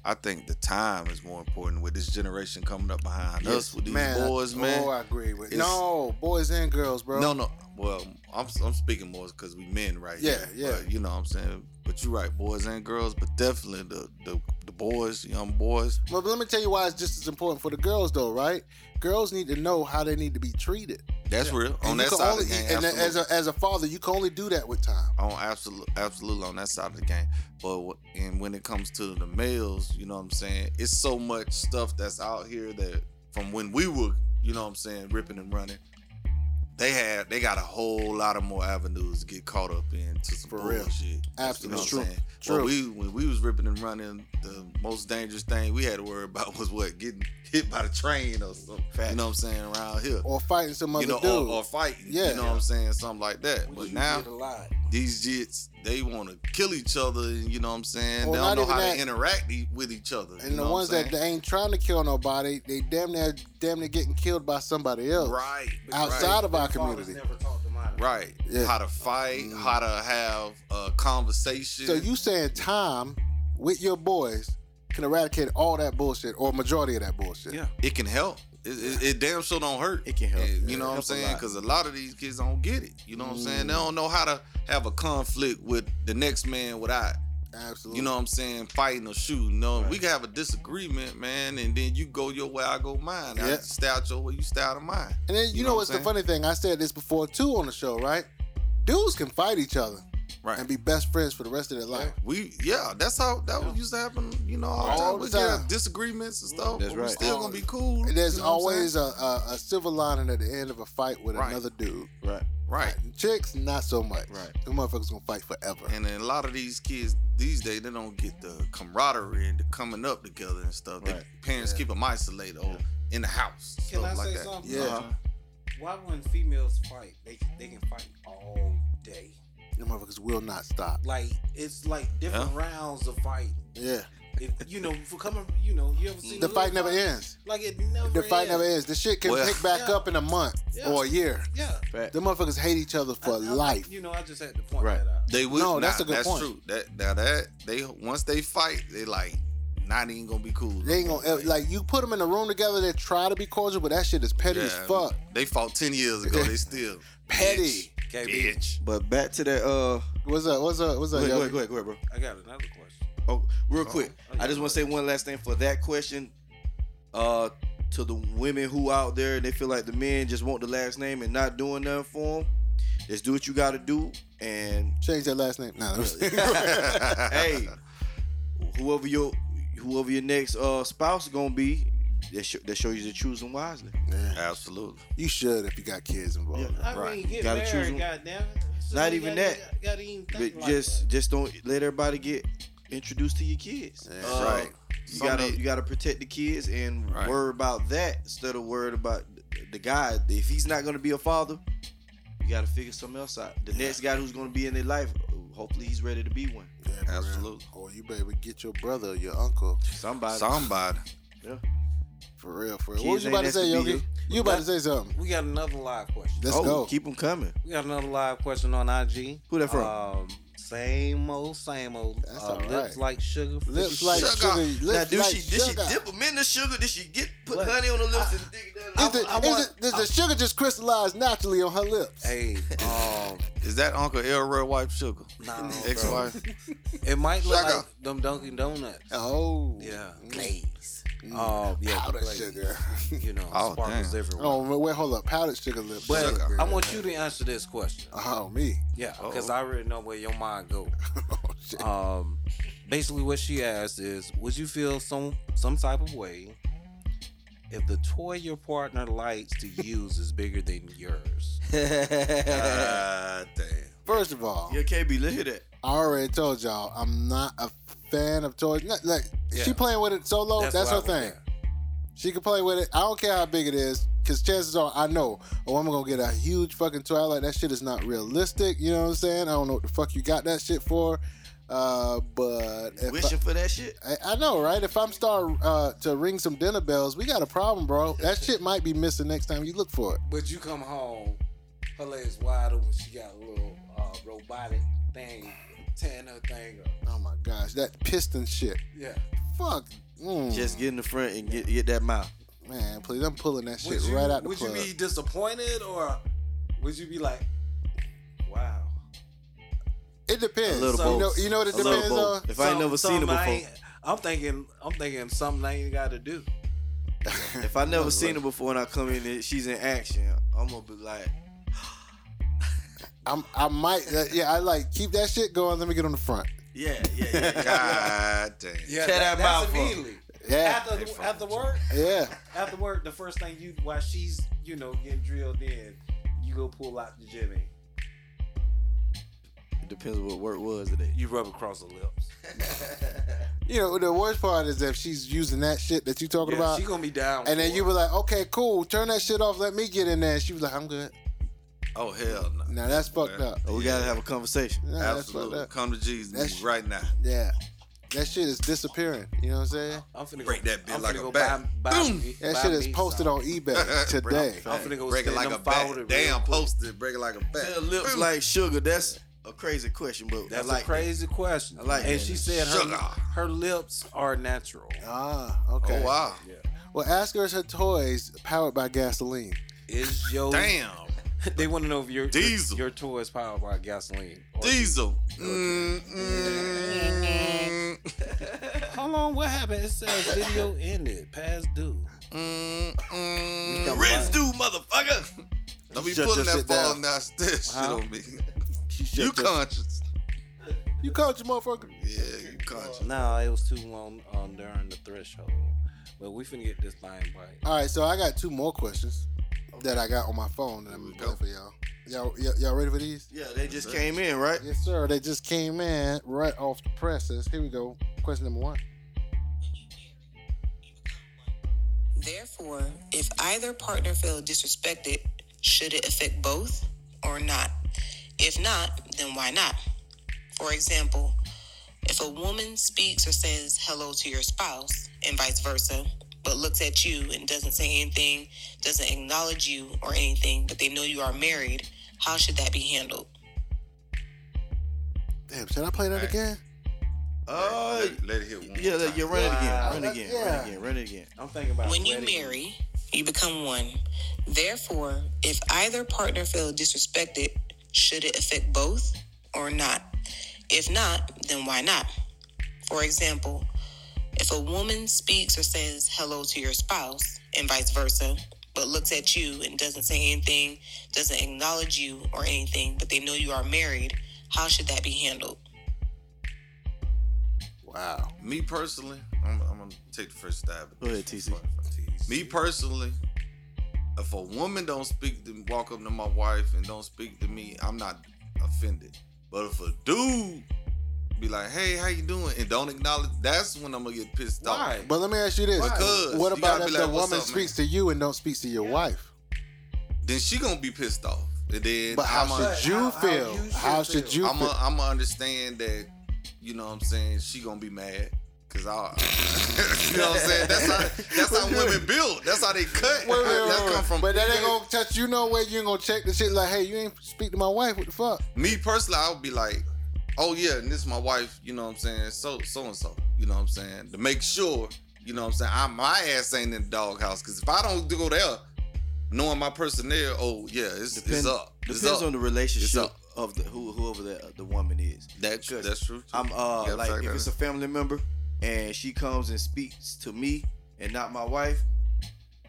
S6: I think the time is more important with this generation coming up behind us with these boys, man.
S3: Oh, I agree with.
S6: It's-
S3: No, boys and girls, bro.
S6: No, no. Well, I'm I'm speaking more because we men right
S3: Yeah,
S6: here.
S3: yeah.
S6: But, you know what I'm saying? But you're right, boys and girls, but definitely the the, the boys, young boys.
S3: But let me tell you why it's just as important for the girls, though, right? Girls need to know how they need to be treated.
S6: That's real.
S3: And
S6: On
S3: you
S6: that
S3: can
S6: side
S3: only-
S6: of the game.
S3: and
S6: absolutely.
S3: as a as a father, you can only do that with time.
S6: on absolute, absolutely on that side of the game. But wh- and when it comes to the males, you know what I'm saying? It's so much stuff that's out here that from when we were, you know what I'm saying, ripping and running. They had they got a whole lot of more avenues to get caught up in to some
S3: For real.
S6: bullshit. You know
S3: Absolutely.
S6: what I'm
S3: True.
S6: saying?
S3: True.
S6: When we when we was ripping and running, the most dangerous thing we had to worry [laughs] about was what getting hit by the train or something. You know what I'm saying around here.
S3: Or fighting some other
S6: you know,
S3: dude.
S6: or, or fighting.
S3: Yeah.
S6: You know what I'm saying? Something like that.
S4: we
S6: But
S4: usually
S6: now
S4: get a lot.
S6: these jits they want to kill each other and you know what i'm saying
S3: Well,
S6: they
S3: not
S6: don't know
S3: even
S6: how
S3: that.
S6: to interact e- with each other you
S3: and the
S6: know what
S3: ones
S6: I'm
S3: that they ain't trying to kill nobody, they damn near damn near getting killed by somebody
S6: saying?
S3: else.
S6: right
S3: Outside of our
S4: Fathers
S3: community.
S4: never taught them how to-
S6: right
S3: Yeah.
S6: how to fight
S3: Mm.
S6: how to have a conversation
S3: So you saying time with your boys can eradicate all that bullshit or majority of that bullshit.
S6: yeah it can help it, it, it damn sure don't hurt
S2: It can help.
S6: And
S2: Yeah,
S6: you know what i'm
S2: help a
S6: saying
S2: lot.
S6: because a lot of these kids don't get it you know what i'm saying they don't know how to have a conflict with the next man without
S3: Absolutely.
S6: you know what i'm saying fighting or shooting no we can have a disagreement man and then you go your way i go mine i
S3: Yeah.
S6: stay out your way you stay out of mine
S3: and then you,
S6: you
S3: know,
S6: know what
S3: what's
S6: I'm
S3: the
S6: saying?
S3: funny thing? I said this before too on the show, right? Dudes can fight each other
S6: right
S3: and be best friends for the rest of their life.
S6: We yeah, that's how that used to happen. You know, all,
S3: All
S6: the
S3: the
S6: time. We
S3: time.
S6: get disagreements and stuff.
S2: That's
S6: but we
S2: right.
S6: still gonna be cool.
S3: And there's
S6: you know what I'm
S3: always a, a, a silver lining at the end of a fight with
S6: Right.
S3: another dude.
S2: Right.
S6: saying? right.
S3: Chicks, not so much.
S2: Right.
S3: The motherfuckers gonna fight forever.
S6: And then a lot of these kids these days they don't get the camaraderie and the coming up together and stuff. Their
S2: Right.
S6: parents keep them isolated or in the house.
S4: Can
S6: stuff
S4: I
S6: like
S4: say
S6: that.
S4: something?
S3: Yeah.
S6: Uh-huh.
S4: Why when females fight, they they can fight all day.
S3: The motherfuckers will not stop.
S4: Like it's like different rounds of fighting.
S3: Yeah.
S4: If you know, for coming, you know, you ever seen
S3: The
S4: a
S3: fight
S4: little
S3: never ends.
S4: Like it never.
S3: The fight
S4: ends.
S3: never ends. The shit can
S6: Well-
S3: pick back
S4: Yeah.
S3: up in a month
S4: Yeah.
S3: or a year.
S4: Yeah.
S2: Fact.
S3: The motherfuckers hate each other for
S4: I- I-
S3: life.
S4: You know, I just had to point
S2: Right.
S4: that out.
S6: They will
S3: No,
S6: nah,
S3: that's a good
S6: that's
S3: point.
S6: true. That now that they once they fight, they like not even gonna be cool. no
S3: They ain't
S6: more.
S3: gonna like you put them in a room together. They try to be cordial, but that shit is petty as
S6: Yeah,
S3: fuck.
S6: They fought ten years ago, they still
S3: [laughs] Petty.
S4: KB,
S6: bitch.
S2: But back to that. Uh,
S3: What's up? What's up? What's
S2: go
S3: up,
S2: ahead, go
S3: yo?
S2: ahead, go ahead, go ahead, bro.
S4: I got another question.
S2: Oh, real quick.
S4: Oh, yeah,
S2: I just want to
S4: go
S2: say one last thing for that question. Uh, to the women who out there they feel like the men just want the last name and not doing nothing for them. Just do what you got to do, and
S3: Change that last name. No,
S2: hey,
S6: [laughs] hey,
S2: whoever your whoever your next uh spouse gonna be, that show, that show you to choose them wisely.
S6: absolutely.
S3: [laughs] you should if you got kids involved.
S4: I
S6: Right.
S4: mean, get
S2: Gotta choose
S4: married,
S2: one.
S4: goddamn. it. So
S2: Not
S4: you
S2: even
S4: gotta-
S2: that.
S4: you Gotta even think
S2: But
S4: like
S2: just
S4: that.
S2: just don't let everybody get introduced to your kids.
S3: Yeah.
S2: Uh,
S6: right.
S2: You
S6: Some
S2: gotta
S6: need-
S2: you gotta protect the kids and
S6: Right.
S2: worry about that instead of worried about th- the guy. If he's not gonna be a father, you gotta figure something else out. The next guy who's gonna be in their life, hopefully he's ready to be one.
S3: Yeah, bro.
S6: Absolutely.
S3: Or you better get your brother or your uncle.
S2: Somebody.
S6: Somebody.
S3: For real, for real.
S2: Kids
S3: What was you
S2: ain't
S3: about to say,
S2: STD.
S3: Yogi? You about to say something.
S4: we got another live question.
S3: Let's
S2: oh,
S3: go.
S2: keep them coming.
S4: We got another live question on IG.
S2: Who that from?
S4: Um, same old, same old.
S3: That's
S4: uh,
S3: all right.
S4: Lips like sugar.
S3: Lips like
S6: Sugar.
S3: sugar. Lips
S2: now, do
S3: like
S2: she did she
S3: sugar.
S2: dip them in the sugar? Did she get put
S4: Look,
S2: honey on the lips and dig it down?
S3: Is the, is
S4: want-
S3: it- does the sugar just crystallize naturally on her lips? [laughs]
S4: Hey, um,
S6: Is that Uncle Elroy Wife Sugar?
S4: No, bro.
S6: Ex-wife?
S4: It might look
S6: Sugar.
S4: like them Dunkin' Donuts.
S3: Oh. Mm.
S4: Yeah.
S3: Glaze.
S4: Oh yeah,
S3: Powdered
S4: like,
S3: sugar.
S4: You know,
S6: Oh,
S4: sparkles
S6: damn.
S4: everywhere.
S3: Oh, wait, wait, hold up. Powdered sugar lip.
S4: but
S3: sugar.
S4: I want you to answer this question.
S3: Oh, me. [laughs]
S4: Yeah,
S6: Uh-oh.
S4: because I already know where your mind go.
S3: Oh, shit.
S4: Um, basically, what she asked is, would you feel some some type of way if the toy your partner likes to use is bigger than yours?
S6: God damn.
S3: First of all,
S2: Yo, KB, look at that.
S3: I already told y'all I'm not a fan of toys. Not- like she
S4: Yeah.
S3: playing with it solo, Oh, that's, her
S4: what I
S3: thing.
S4: would
S3: She can play with it. I don't care how big it is, because chances are I know a woman gonna get a huge fucking toy. Like that shit is not realistic. You know what I'm saying? I don't know what the fuck you got that shit for. Uh, but if
S2: Wishing for that shit.
S3: I, I know, right? If I'm start uh, to ring some dinner bells, we got a problem, bro. That
S4: [laughs]
S3: shit might be missing next time you look for it.
S4: But you come home, her legs wide open. She got a little uh, robotic thing tearing her thing up.
S3: Oh my gosh, that piston shit.
S4: Yeah.
S3: Fuck. Mm,
S2: Just get in the front and get get that mouth.
S3: man, please, I'm pulling that shit
S4: Would you,
S3: right out the
S4: Would
S3: plug.
S4: you be disappointed or would you be like, wow?
S3: It depends.
S2: A little
S3: you know,
S2: both.
S3: you know what it
S2: A little
S3: depends on.
S2: both. If I ain't
S4: Some-
S2: never seen it
S4: something I
S2: before,
S4: ain't- I'm thinking, I'm thinking something I ain't got to do.
S2: if I never seen it before and I come in and she's in action, I'm gonna be like,
S3: I'm, I might, uh, yeah, I like keep that shit going. Let me get on the front.
S2: yeah,
S3: [laughs]
S2: yeah, yeah.
S6: God damn.
S4: Yeah,
S2: Tear that mouth
S4: that's
S2: up.
S4: immediately.
S3: Yeah,
S4: After,
S6: They
S4: after
S6: fucking
S4: work,
S3: yeah.
S4: after work, the first thing you, while she's, you know, getting drilled in, you go pull out the jimmy.
S2: It depends what work was today.
S4: You rub across the lips.
S3: You know the worst part is if she's using that shit that you talking
S4: Yeah,
S3: about,
S4: she gonna be down.
S3: and then
S4: for
S3: you
S4: it.
S3: were like, okay, cool, turn that shit off. Let me get in there. And she was like, I'm good.
S6: Oh, hell no.
S3: Now that's fucked up.
S2: Oh, we gotta have a conversation.
S3: Nah, that's fucked
S6: Absolutely.
S3: up.
S6: Come to Jesus
S3: That's-
S6: right now.
S3: Yeah, that shit is disappearing. You know what I'm saying?
S4: I'm finna
S6: Break
S4: go,
S6: that bit
S4: I'm
S6: like
S4: finna
S6: a
S4: go
S6: bat.
S4: Buy, buy
S6: Boom.
S4: me-
S3: That
S4: buy
S3: shit
S4: me
S3: is posted
S4: some.
S3: on
S4: [laughs]
S3: eBay today.
S6: Bro,
S4: I'm finna go
S6: Break it
S4: send
S6: like
S4: them
S6: a bat.
S4: forward real
S6: Damn,
S4: quick.
S6: post it. Break it like a bat. Mm.
S2: Her lips like sugar. That's a crazy question, but
S4: That's
S2: I like
S4: a crazy question.
S2: I like
S4: and
S2: that.
S4: she said her,
S6: Sugar.
S4: her lips are natural.
S3: ah, okay.
S6: Oh, wow.
S3: Well, ask her if her toys powered by gasoline.
S4: Is your
S6: Damn.
S4: they want to know if your
S6: Diesel.
S4: your toy is powered by gasoline. or
S6: Diesel. Mm, mm,
S4: Hold on, what happened? It says video ended, past due.
S6: mm,
S2: Come
S6: mm. Rinse,
S2: on.
S6: dude, motherfucker. Don't be
S2: Shut your
S6: putting that
S2: shit
S6: ball
S2: down.
S6: downstairs. [laughs] Shit
S4: Huh?
S6: on me.
S2: Shut
S6: You
S2: your-
S6: conscious.
S3: You caught your motherfucker.
S6: Yeah, you conscious.
S4: No, it was too long um, during the threshold. But we finna get this thing right.
S3: All right, so I got two more questions that I got on my phone that I'm
S6: Here
S3: gonna
S6: we
S3: play
S6: go.
S3: for y'all. Y'all, y'all, y'all ready for these?
S2: Yeah, they just came in, right?
S3: Yes, sir. They just came in right off the presses. Here we go. Question number one.
S8: Therefore, if either partner feels disrespected, should it affect both or not? If not, then why not? For example, if a woman speaks or says hello to your spouse and vice versa, but looks at you and doesn't say anything, doesn't acknowledge you or anything, but they know you are married, how should that be handled?
S3: Damn, should I play that again?
S2: Uh,
S6: let, let it hit one.
S2: yeah,
S6: more
S2: yeah, run it again,
S4: Wow.
S2: run it again,
S3: Yeah.
S2: run it again, run it again.
S4: I'm thinking about
S8: When you
S4: wedding.
S8: marry, you become one. Therefore, if either partner feels disrespected, should it affect both or not? If not, then why not? For example, if a woman speaks or says hello to your spouse and vice versa, but looks at you and doesn't say anything, doesn't acknowledge you or anything, but they know you are married, how should that be handled?
S3: Wow.
S6: time. Me personally, I'm, I'm gonna take the first stab. at
S2: Go ahead,
S6: this
S2: TC.
S6: one. Me personally, if a woman don't speak to walk up to my wife and don't speak to me, I'm not offended. But if a dude be like, "Hey, how you doing?" and don't acknowledge, that's when I'm gonna get pissed off.
S4: Why?
S3: But let me ask you this:
S6: Because
S3: What
S6: you
S3: about
S6: gotta
S3: if
S6: be
S3: the
S6: like, "What's
S3: woman
S6: up,
S3: speaks to you and don't speak to your wife?
S6: Then she gonna be pissed off. And then
S3: But how
S6: I'ma-
S3: should you
S4: how- how
S3: feel?
S4: you should
S3: How should
S4: feel.
S3: you?
S6: I'm
S3: feel?
S6: a, I'm gonna understand that, you know what I'm saying, she gonna be mad. Cause I, [laughs] you know what I'm saying. That's how that's how
S3: [laughs]
S6: women build. That's how they cut.
S3: Wait, wait, wait,
S6: [laughs] that
S3: wait.
S6: come from.
S3: but that ain't gonna touch you no way. You ain't gonna check the shit like, hey, you ain't speak to my wife. What the fuck?
S6: me personally, I would be like, oh yeah, and this is my wife, you know what I'm saying? So so and so. You know what I'm saying? To make sure, you know what I'm saying, I my ass ain't in the doghouse. Cause if I don't go there, knowing my personnel, oh yeah, it's,
S2: Depend-
S6: it's up. It's
S2: Depends
S6: up.
S2: on the
S6: It's
S2: relationship
S6: up.
S2: of the who whoever the the woman is.
S6: That's
S2: Because
S6: that's true. too.
S2: I'm uh
S6: Yeah,
S2: like
S6: fact
S2: if
S6: that
S2: it's a
S6: is.
S2: family member and she comes and speaks to me and not my wife,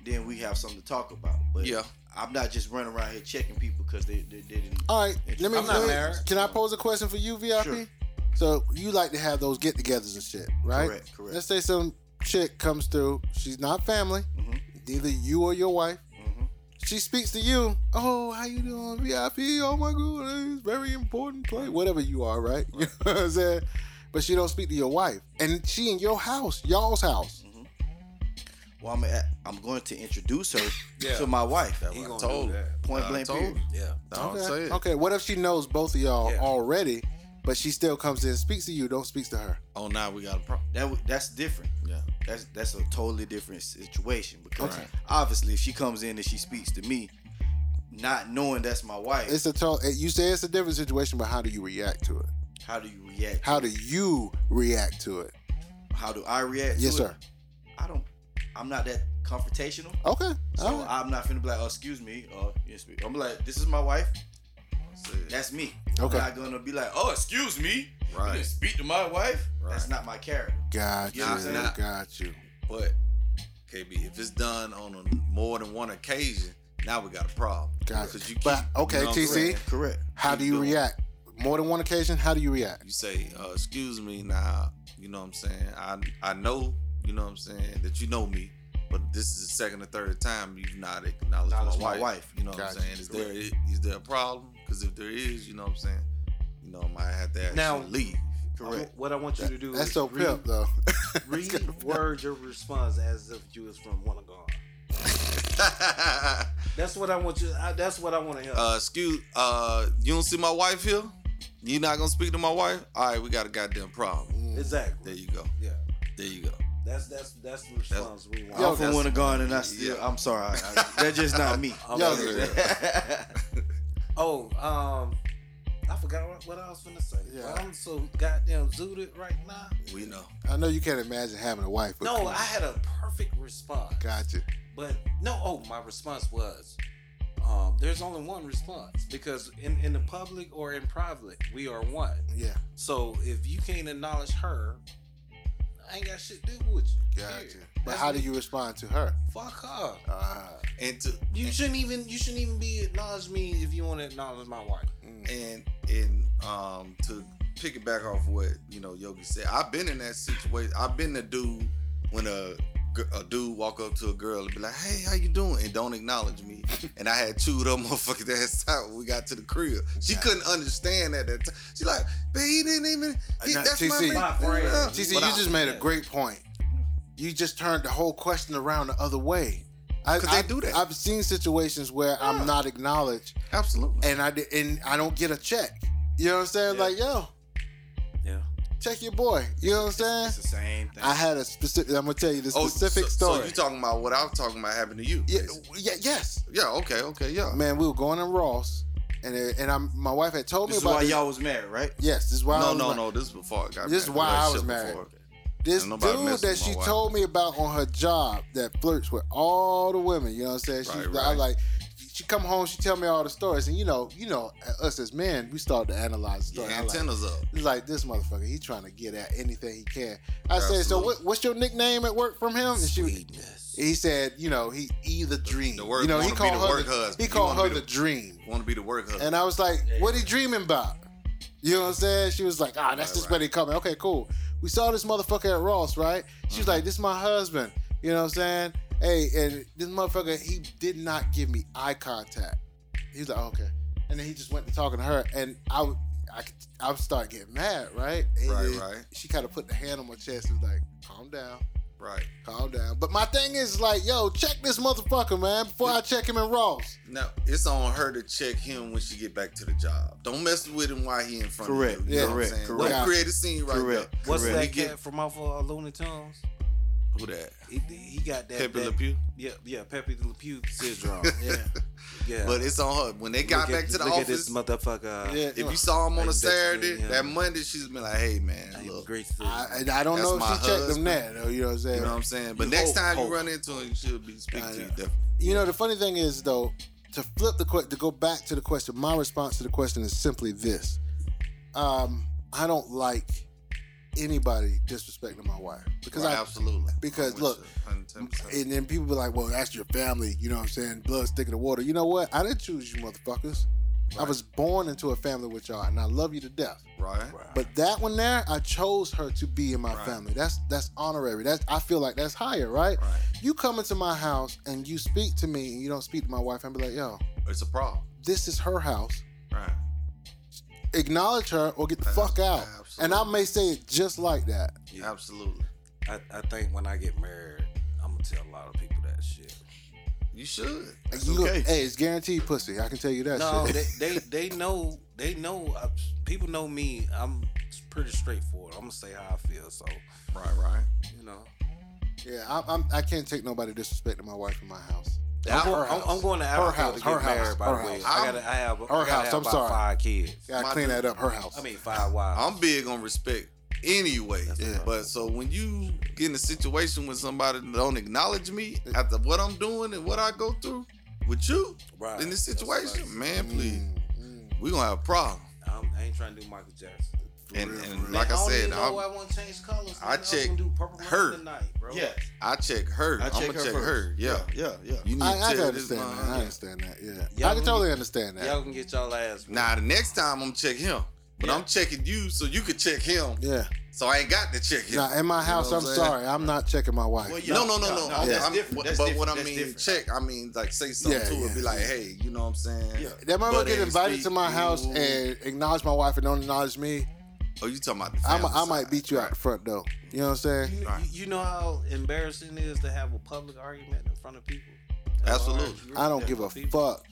S2: then we have something to talk about. But
S6: yeah.
S2: I'm not just running around here checking people because they, they they didn't.
S3: All right, let me.
S2: I'm not
S3: let me-
S2: married.
S3: Can I pose a question for you, VIP?
S2: Sure.
S3: So you like to have those get-togethers and shit, right?
S2: Correct, correct.
S3: Let's say some chick comes through. She's not family,
S2: Mhm.
S3: neither you or your wife.
S2: Mhm.
S3: She speaks to you. Oh, how you doing, VIP? Oh my god, it's very important play. Whatever you are, right? [laughs] You know what I'm saying? But she don't speak to your wife, and she in your house, y'all's house.
S2: Well, I'm at, I'm going to introduce her
S4: Yeah.
S2: to my wife.
S4: He gonna
S6: told
S4: do
S6: him.
S4: that.
S2: Point
S6: I
S2: blank.
S6: Uh, told
S2: Period.
S6: him.
S4: Yeah.
S6: Don't
S3: okay.
S6: say it.
S3: Okay. What if she knows both of y'all
S4: Yeah.
S3: already, but she still comes in, speaks to you, don't speaks to her?
S6: Oh, now we got a problem.
S2: That w- that's different.
S6: Yeah.
S2: That's that's a totally different situation because
S6: Right.
S2: obviously if she comes in and she speaks to me, not knowing that's my wife,
S3: It's a tall. You say it's a different situation, but how do you react to it?
S2: how do you react?
S3: How do you react to it?
S2: how do I react?
S3: Yes,
S2: to it?
S3: sir.
S2: I don't. I'm not that confrontational.
S3: Okay.
S2: So
S3: all right.
S2: I'm not finna be like, oh, excuse me, uh, you speak. I'm like, this is my wife. That's me.
S3: Okay.
S2: I'm not gonna be like, oh, excuse me. You didn't
S6: Right.
S2: speak to my wife. That's
S6: Right.
S2: not my character.
S3: Got you.
S2: You know what I'm
S6: saying?
S3: Got you.
S6: But KB, if it's done on a, more than one occasion, now we got a problem.
S3: Got
S6: Because
S3: you. But okay,
S6: know what I'm
S3: TC,
S6: saying?
S2: Correct.
S3: how do you
S6: doing-
S3: react? More than one occasion, how do you react?
S6: You say, uh, "Excuse me, now." You know what I'm saying? I I know. You know what I'm saying? That you know me. But this is the second or third time you've not acknowledged
S2: Acknowledged
S6: my,
S2: my
S6: wife.
S2: wife.
S6: You know what
S3: Gotcha.
S6: I'm saying? Is there is there a problem? Because if there is, you know what I'm saying. You know, I might have to ask
S4: Now-
S6: you to leave.
S2: Correct.
S4: What I want you to do
S3: That's
S4: is
S3: so
S4: read,
S3: pimp, [laughs] though.
S4: reword your response as if you was from one of God.
S6: [laughs]
S4: That's what I want you. I, that's what I want to hear.
S6: uh, excuse, uh, you don't see my wife here? You not gonna speak to my wife? All right, we got a goddamn problem.
S3: [laughs]
S6: There
S4: exactly.
S6: you go.
S4: Yeah.
S6: There you go.
S4: That's that's that's the response we want.
S2: I'm
S3: Yo,
S2: from
S6: that's-
S2: Wintergarden and I still,
S6: yeah.
S2: I'm sorry. I, I, that's just not me.
S4: I'm
S3: Yo,
S4: sorry. Oh, um, I forgot what- what I was gonna say.
S3: Yeah.
S4: Well, I'm so goddamn zooted right now.
S6: We know.
S3: I know you can't imagine having a wife. But
S4: No, I had a perfect response,
S3: got you.
S4: but no. Oh, my response was, um, there's only one response because in in the public or in private, we are one.
S3: Yeah,
S4: So if you can't acknowledge her, I ain't got shit to do with you.
S3: got
S4: Period.
S3: you. But
S4: That's
S3: how do
S4: what-
S3: you respond to her?
S4: fuck her?
S3: Uh,
S6: And to
S4: You shouldn't even you shouldn't even be acknowledge me if you want to acknowledge my wife.
S6: and and um to piggyback off what you know Yogi said, I've been in that situation. I've been the dude when a gir- a dude walk up to a girl and be like, "Hey, how you doing?" and don't acknowledge me, and I had chewed her [laughs] motherfucking ass out when we got to the crib. She couldn't understand at that time. She like, "But he didn't even. He,
S3: Now,
S6: that's
S3: TC,
S6: my
S4: My
S6: friend."
S4: friend.
S3: TC,
S6: But
S3: you
S6: I-
S3: just made a great point. You just turned the whole question around the other way. I,
S6: 'Cause they
S3: I've-
S6: do that.
S3: I've seen situations where I'm not acknowledged,
S6: absolutely.
S3: and I di- and I don't get a check. You know what I'm saying?
S4: Yeah.
S3: Like, yo,
S4: Yeah.
S3: check your boy. You know what I'm saying?
S2: [laughs] it's the same thing.
S3: I had a specific. I'm gonna tell you the specific
S6: Oh, so, So
S3: story.
S6: you talking about what I'm talking about happened to you?
S3: yeah,
S6: basically.
S3: yeah, yes,
S6: Yeah. Okay. Okay. Yeah.
S3: man. We were going in Ross, and it, and I'm, my wife had told
S2: this is
S3: me about
S2: why
S3: this.
S2: y'all was married, right?
S3: Yes, this is why. I
S6: No,
S3: was
S6: no,
S3: like-
S6: no. This is before I got
S3: This is
S6: married.
S3: why I was
S6: Relationship
S3: married.
S6: before.
S3: This
S6: Ain't nobody
S3: dude
S6: messing
S3: that
S6: with my
S3: she
S6: wife.
S3: told me about on her job that flirts with all the women. You know what I'm saying? She,
S6: Right,
S3: I
S6: right.
S3: like. She come home. She tell me all the stories, and you know, you know, us as men, we start to analyze the
S6: Your
S3: story. I like,
S6: antennas up.
S3: It's like this motherfucker. He trying to get at anything he can. I said, so
S6: Absolutely.
S3: what, what's your nickname at work from him? And she,
S4: Sweetness.
S3: he said, you know, he either dream.
S6: the work-
S3: you know, he
S6: wanna be the
S3: called her
S6: work
S3: the,
S6: husband.
S3: he
S6: You
S3: called her
S6: wanna be
S3: the,
S6: the-
S3: dream.
S6: Want to be the work husband.
S3: And I was like, what he dreaming about? You know what I'm saying? She was like, ah, that's
S6: Right,
S3: just
S6: right.
S3: where they coming. Okay, cool. We saw this motherfucker at Ross, right? She
S6: Mm-hmm.
S3: was like, this is my husband. You know what I'm saying? Hey, and this motherfucker, he did not give me eye contact. He was like, oh, okay. And then he just went to talking to her, and I would, I, could- I would start getting mad, right? And
S6: Right,
S3: then
S6: right.
S3: She kind of put the hand on my chest and was like, calm down,
S6: right.
S3: calm down. But my thing is like, yo, check this motherfucker, man, before I check him in Ross.
S6: Now it's on her to check him when she get back to the job. Don't mess with him while he in front
S2: Correct.
S6: of you. you. know what I'm
S2: Correct.
S6: saying?
S2: Correct.
S6: Don't create a scene right
S2: Correct.
S4: What's
S2: Correct.
S4: that cat from off of uh, Looney Tunes?
S6: there. Who that?
S4: He, he got that.
S6: Pepe
S4: that-
S6: Le Pew.
S4: Yeah, yeah, Pepe Le Pew syndrome.
S3: Yeah,
S4: yeah.
S6: But it's on her. When they got
S4: Look at-
S6: back to the
S4: look at this
S6: office,
S4: motherfucker.
S3: yeah.
S6: Uh, if you saw him on a
S4: Like,
S6: Saturday,
S4: yeah.
S6: that Monday, she's been like, "Hey man,
S4: Hey,
S6: look."
S4: great
S3: I,
S4: sis.
S3: and I don't
S6: That's
S3: know if she
S6: my
S3: checked them that. though, You know what I'm saying?
S6: You know what I'm saying? But
S2: You
S6: next
S2: hope-
S6: time
S2: hope.
S6: you run into him, you should be speaking
S3: I
S6: to you.
S3: know.
S6: definitely.
S3: You know, the funny thing is though, to flip the question, to go back to the question, my response to the question is simply this: um, I don't like anybody disrespecting my wife because
S6: Right,
S3: I
S6: absolutely.
S3: because
S6: I'm with
S3: look,
S6: you 110%.
S3: and then people be like, "Well, that's your family." You know what I'm saying? Blood's thicker than water. You know what? I didn't choose you, motherfuckers. I was born into a family with y'all, and I love you to death.
S6: right?
S3: But that one there, I chose her to be in my
S6: Right.
S3: family. That's that's honorary. That's I feel like that's higher, right?
S6: Right.
S3: You come into my house and you speak to me, and you don't speak to my wife, and be like, "Yo,
S6: It's a problem.
S3: this is her house.
S6: Right.
S3: Acknowledge her or get the fuck out." And I may say it just like that.
S4: Yeah.
S6: Absolutely.
S4: I, I think when I get married, I'm gonna tell a lot of people that shit.
S6: You should.
S3: Like,
S6: That's
S3: you look-
S6: okay.
S3: hey, it's guaranteed pussy. I can tell you that.
S4: No,
S3: shit. [laughs]
S4: they, they they know they know uh, people know me. I'm pretty straightforward. I'm gonna say how I feel. So
S6: Right, right.
S4: you know,
S3: yeah, I, I'm. I can't take nobody disrespecting my wife in my house.
S4: I'm,
S6: That-
S4: going, I'm, I'm going to Africa
S3: house,
S4: to
S3: her
S4: get
S3: house,
S4: married. by
S3: her
S4: the way,
S3: house.
S4: I gotta I have her
S3: house,
S4: Have
S3: I'm
S4: about
S3: sorry.
S4: Five kids.
S3: Gotta
S6: My
S3: clean
S6: dude.
S3: that up. Her house.
S4: I mean, five wives.
S6: I'm big on respect anyway.
S4: That's
S6: Yeah.
S4: right.
S6: But so when you get in a situation with somebody that don't acknowledge me after what I'm doing and what I go through with you
S4: Right.
S6: in this situation,
S4: That's right.
S6: man, please,
S3: Mm,
S6: we gonna have a problem.
S4: I'm, I ain't trying to do Michael Jackson.
S6: And,
S3: real,
S6: and
S3: for
S6: like I
S4: don't
S6: said,
S4: even know why
S6: I'm,
S4: I want to change colors.
S6: I
S4: nigga. was
S6: check
S4: gonna do purple rain
S6: her.
S4: tonight, bro.
S2: Yeah,
S6: I check her.
S2: I
S6: I
S2: check her
S6: am gonna check
S2: first.
S6: her. Yeah.
S2: yeah, yeah.
S6: You need
S3: I,
S6: to
S3: I
S6: tell
S3: can
S6: this
S3: understand that. I
S6: man.
S3: understand that. Yeah,
S4: Yeah,
S3: I can
S4: we-
S3: totally understand that.
S4: Y'all can get y'all ass. whooped.
S6: Now the next time I'm check him, but I'm checking you so you can check him.
S3: Yeah.
S6: So I ain't got to check him.
S3: Now in my house,
S6: what
S3: I'm,
S6: I'm saying?
S3: sorry, I'm not checking my wife.
S2: Well, you-
S6: No, no, no,
S2: no,
S6: no.
S2: no,
S6: I'm-
S2: that's
S6: I'm-
S2: different.
S6: but-
S2: That's
S6: but
S2: different.
S6: what I
S2: That's
S6: mean,
S2: different.
S6: check. I mean, like say something
S3: Yeah,
S6: to her,
S3: yeah,
S6: be like,
S3: yeah.
S6: hey, you know what I'm saying?
S2: Yeah.
S3: that motherfucker
S6: But
S3: get
S6: ain't
S3: invited
S6: speak.
S3: to my house
S6: Ooh.
S3: and acknowledge my wife and don't acknowledge me.
S6: Oh, you talking about the
S3: I'm,
S6: family
S3: I might
S6: side,
S3: beat you out
S6: right.
S3: the front though. You know what I'm saying?
S4: You,
S6: Right.
S4: you know how embarrassing it is to have a public argument in front of people.
S6: Absolutely.
S3: I don't give a fuck.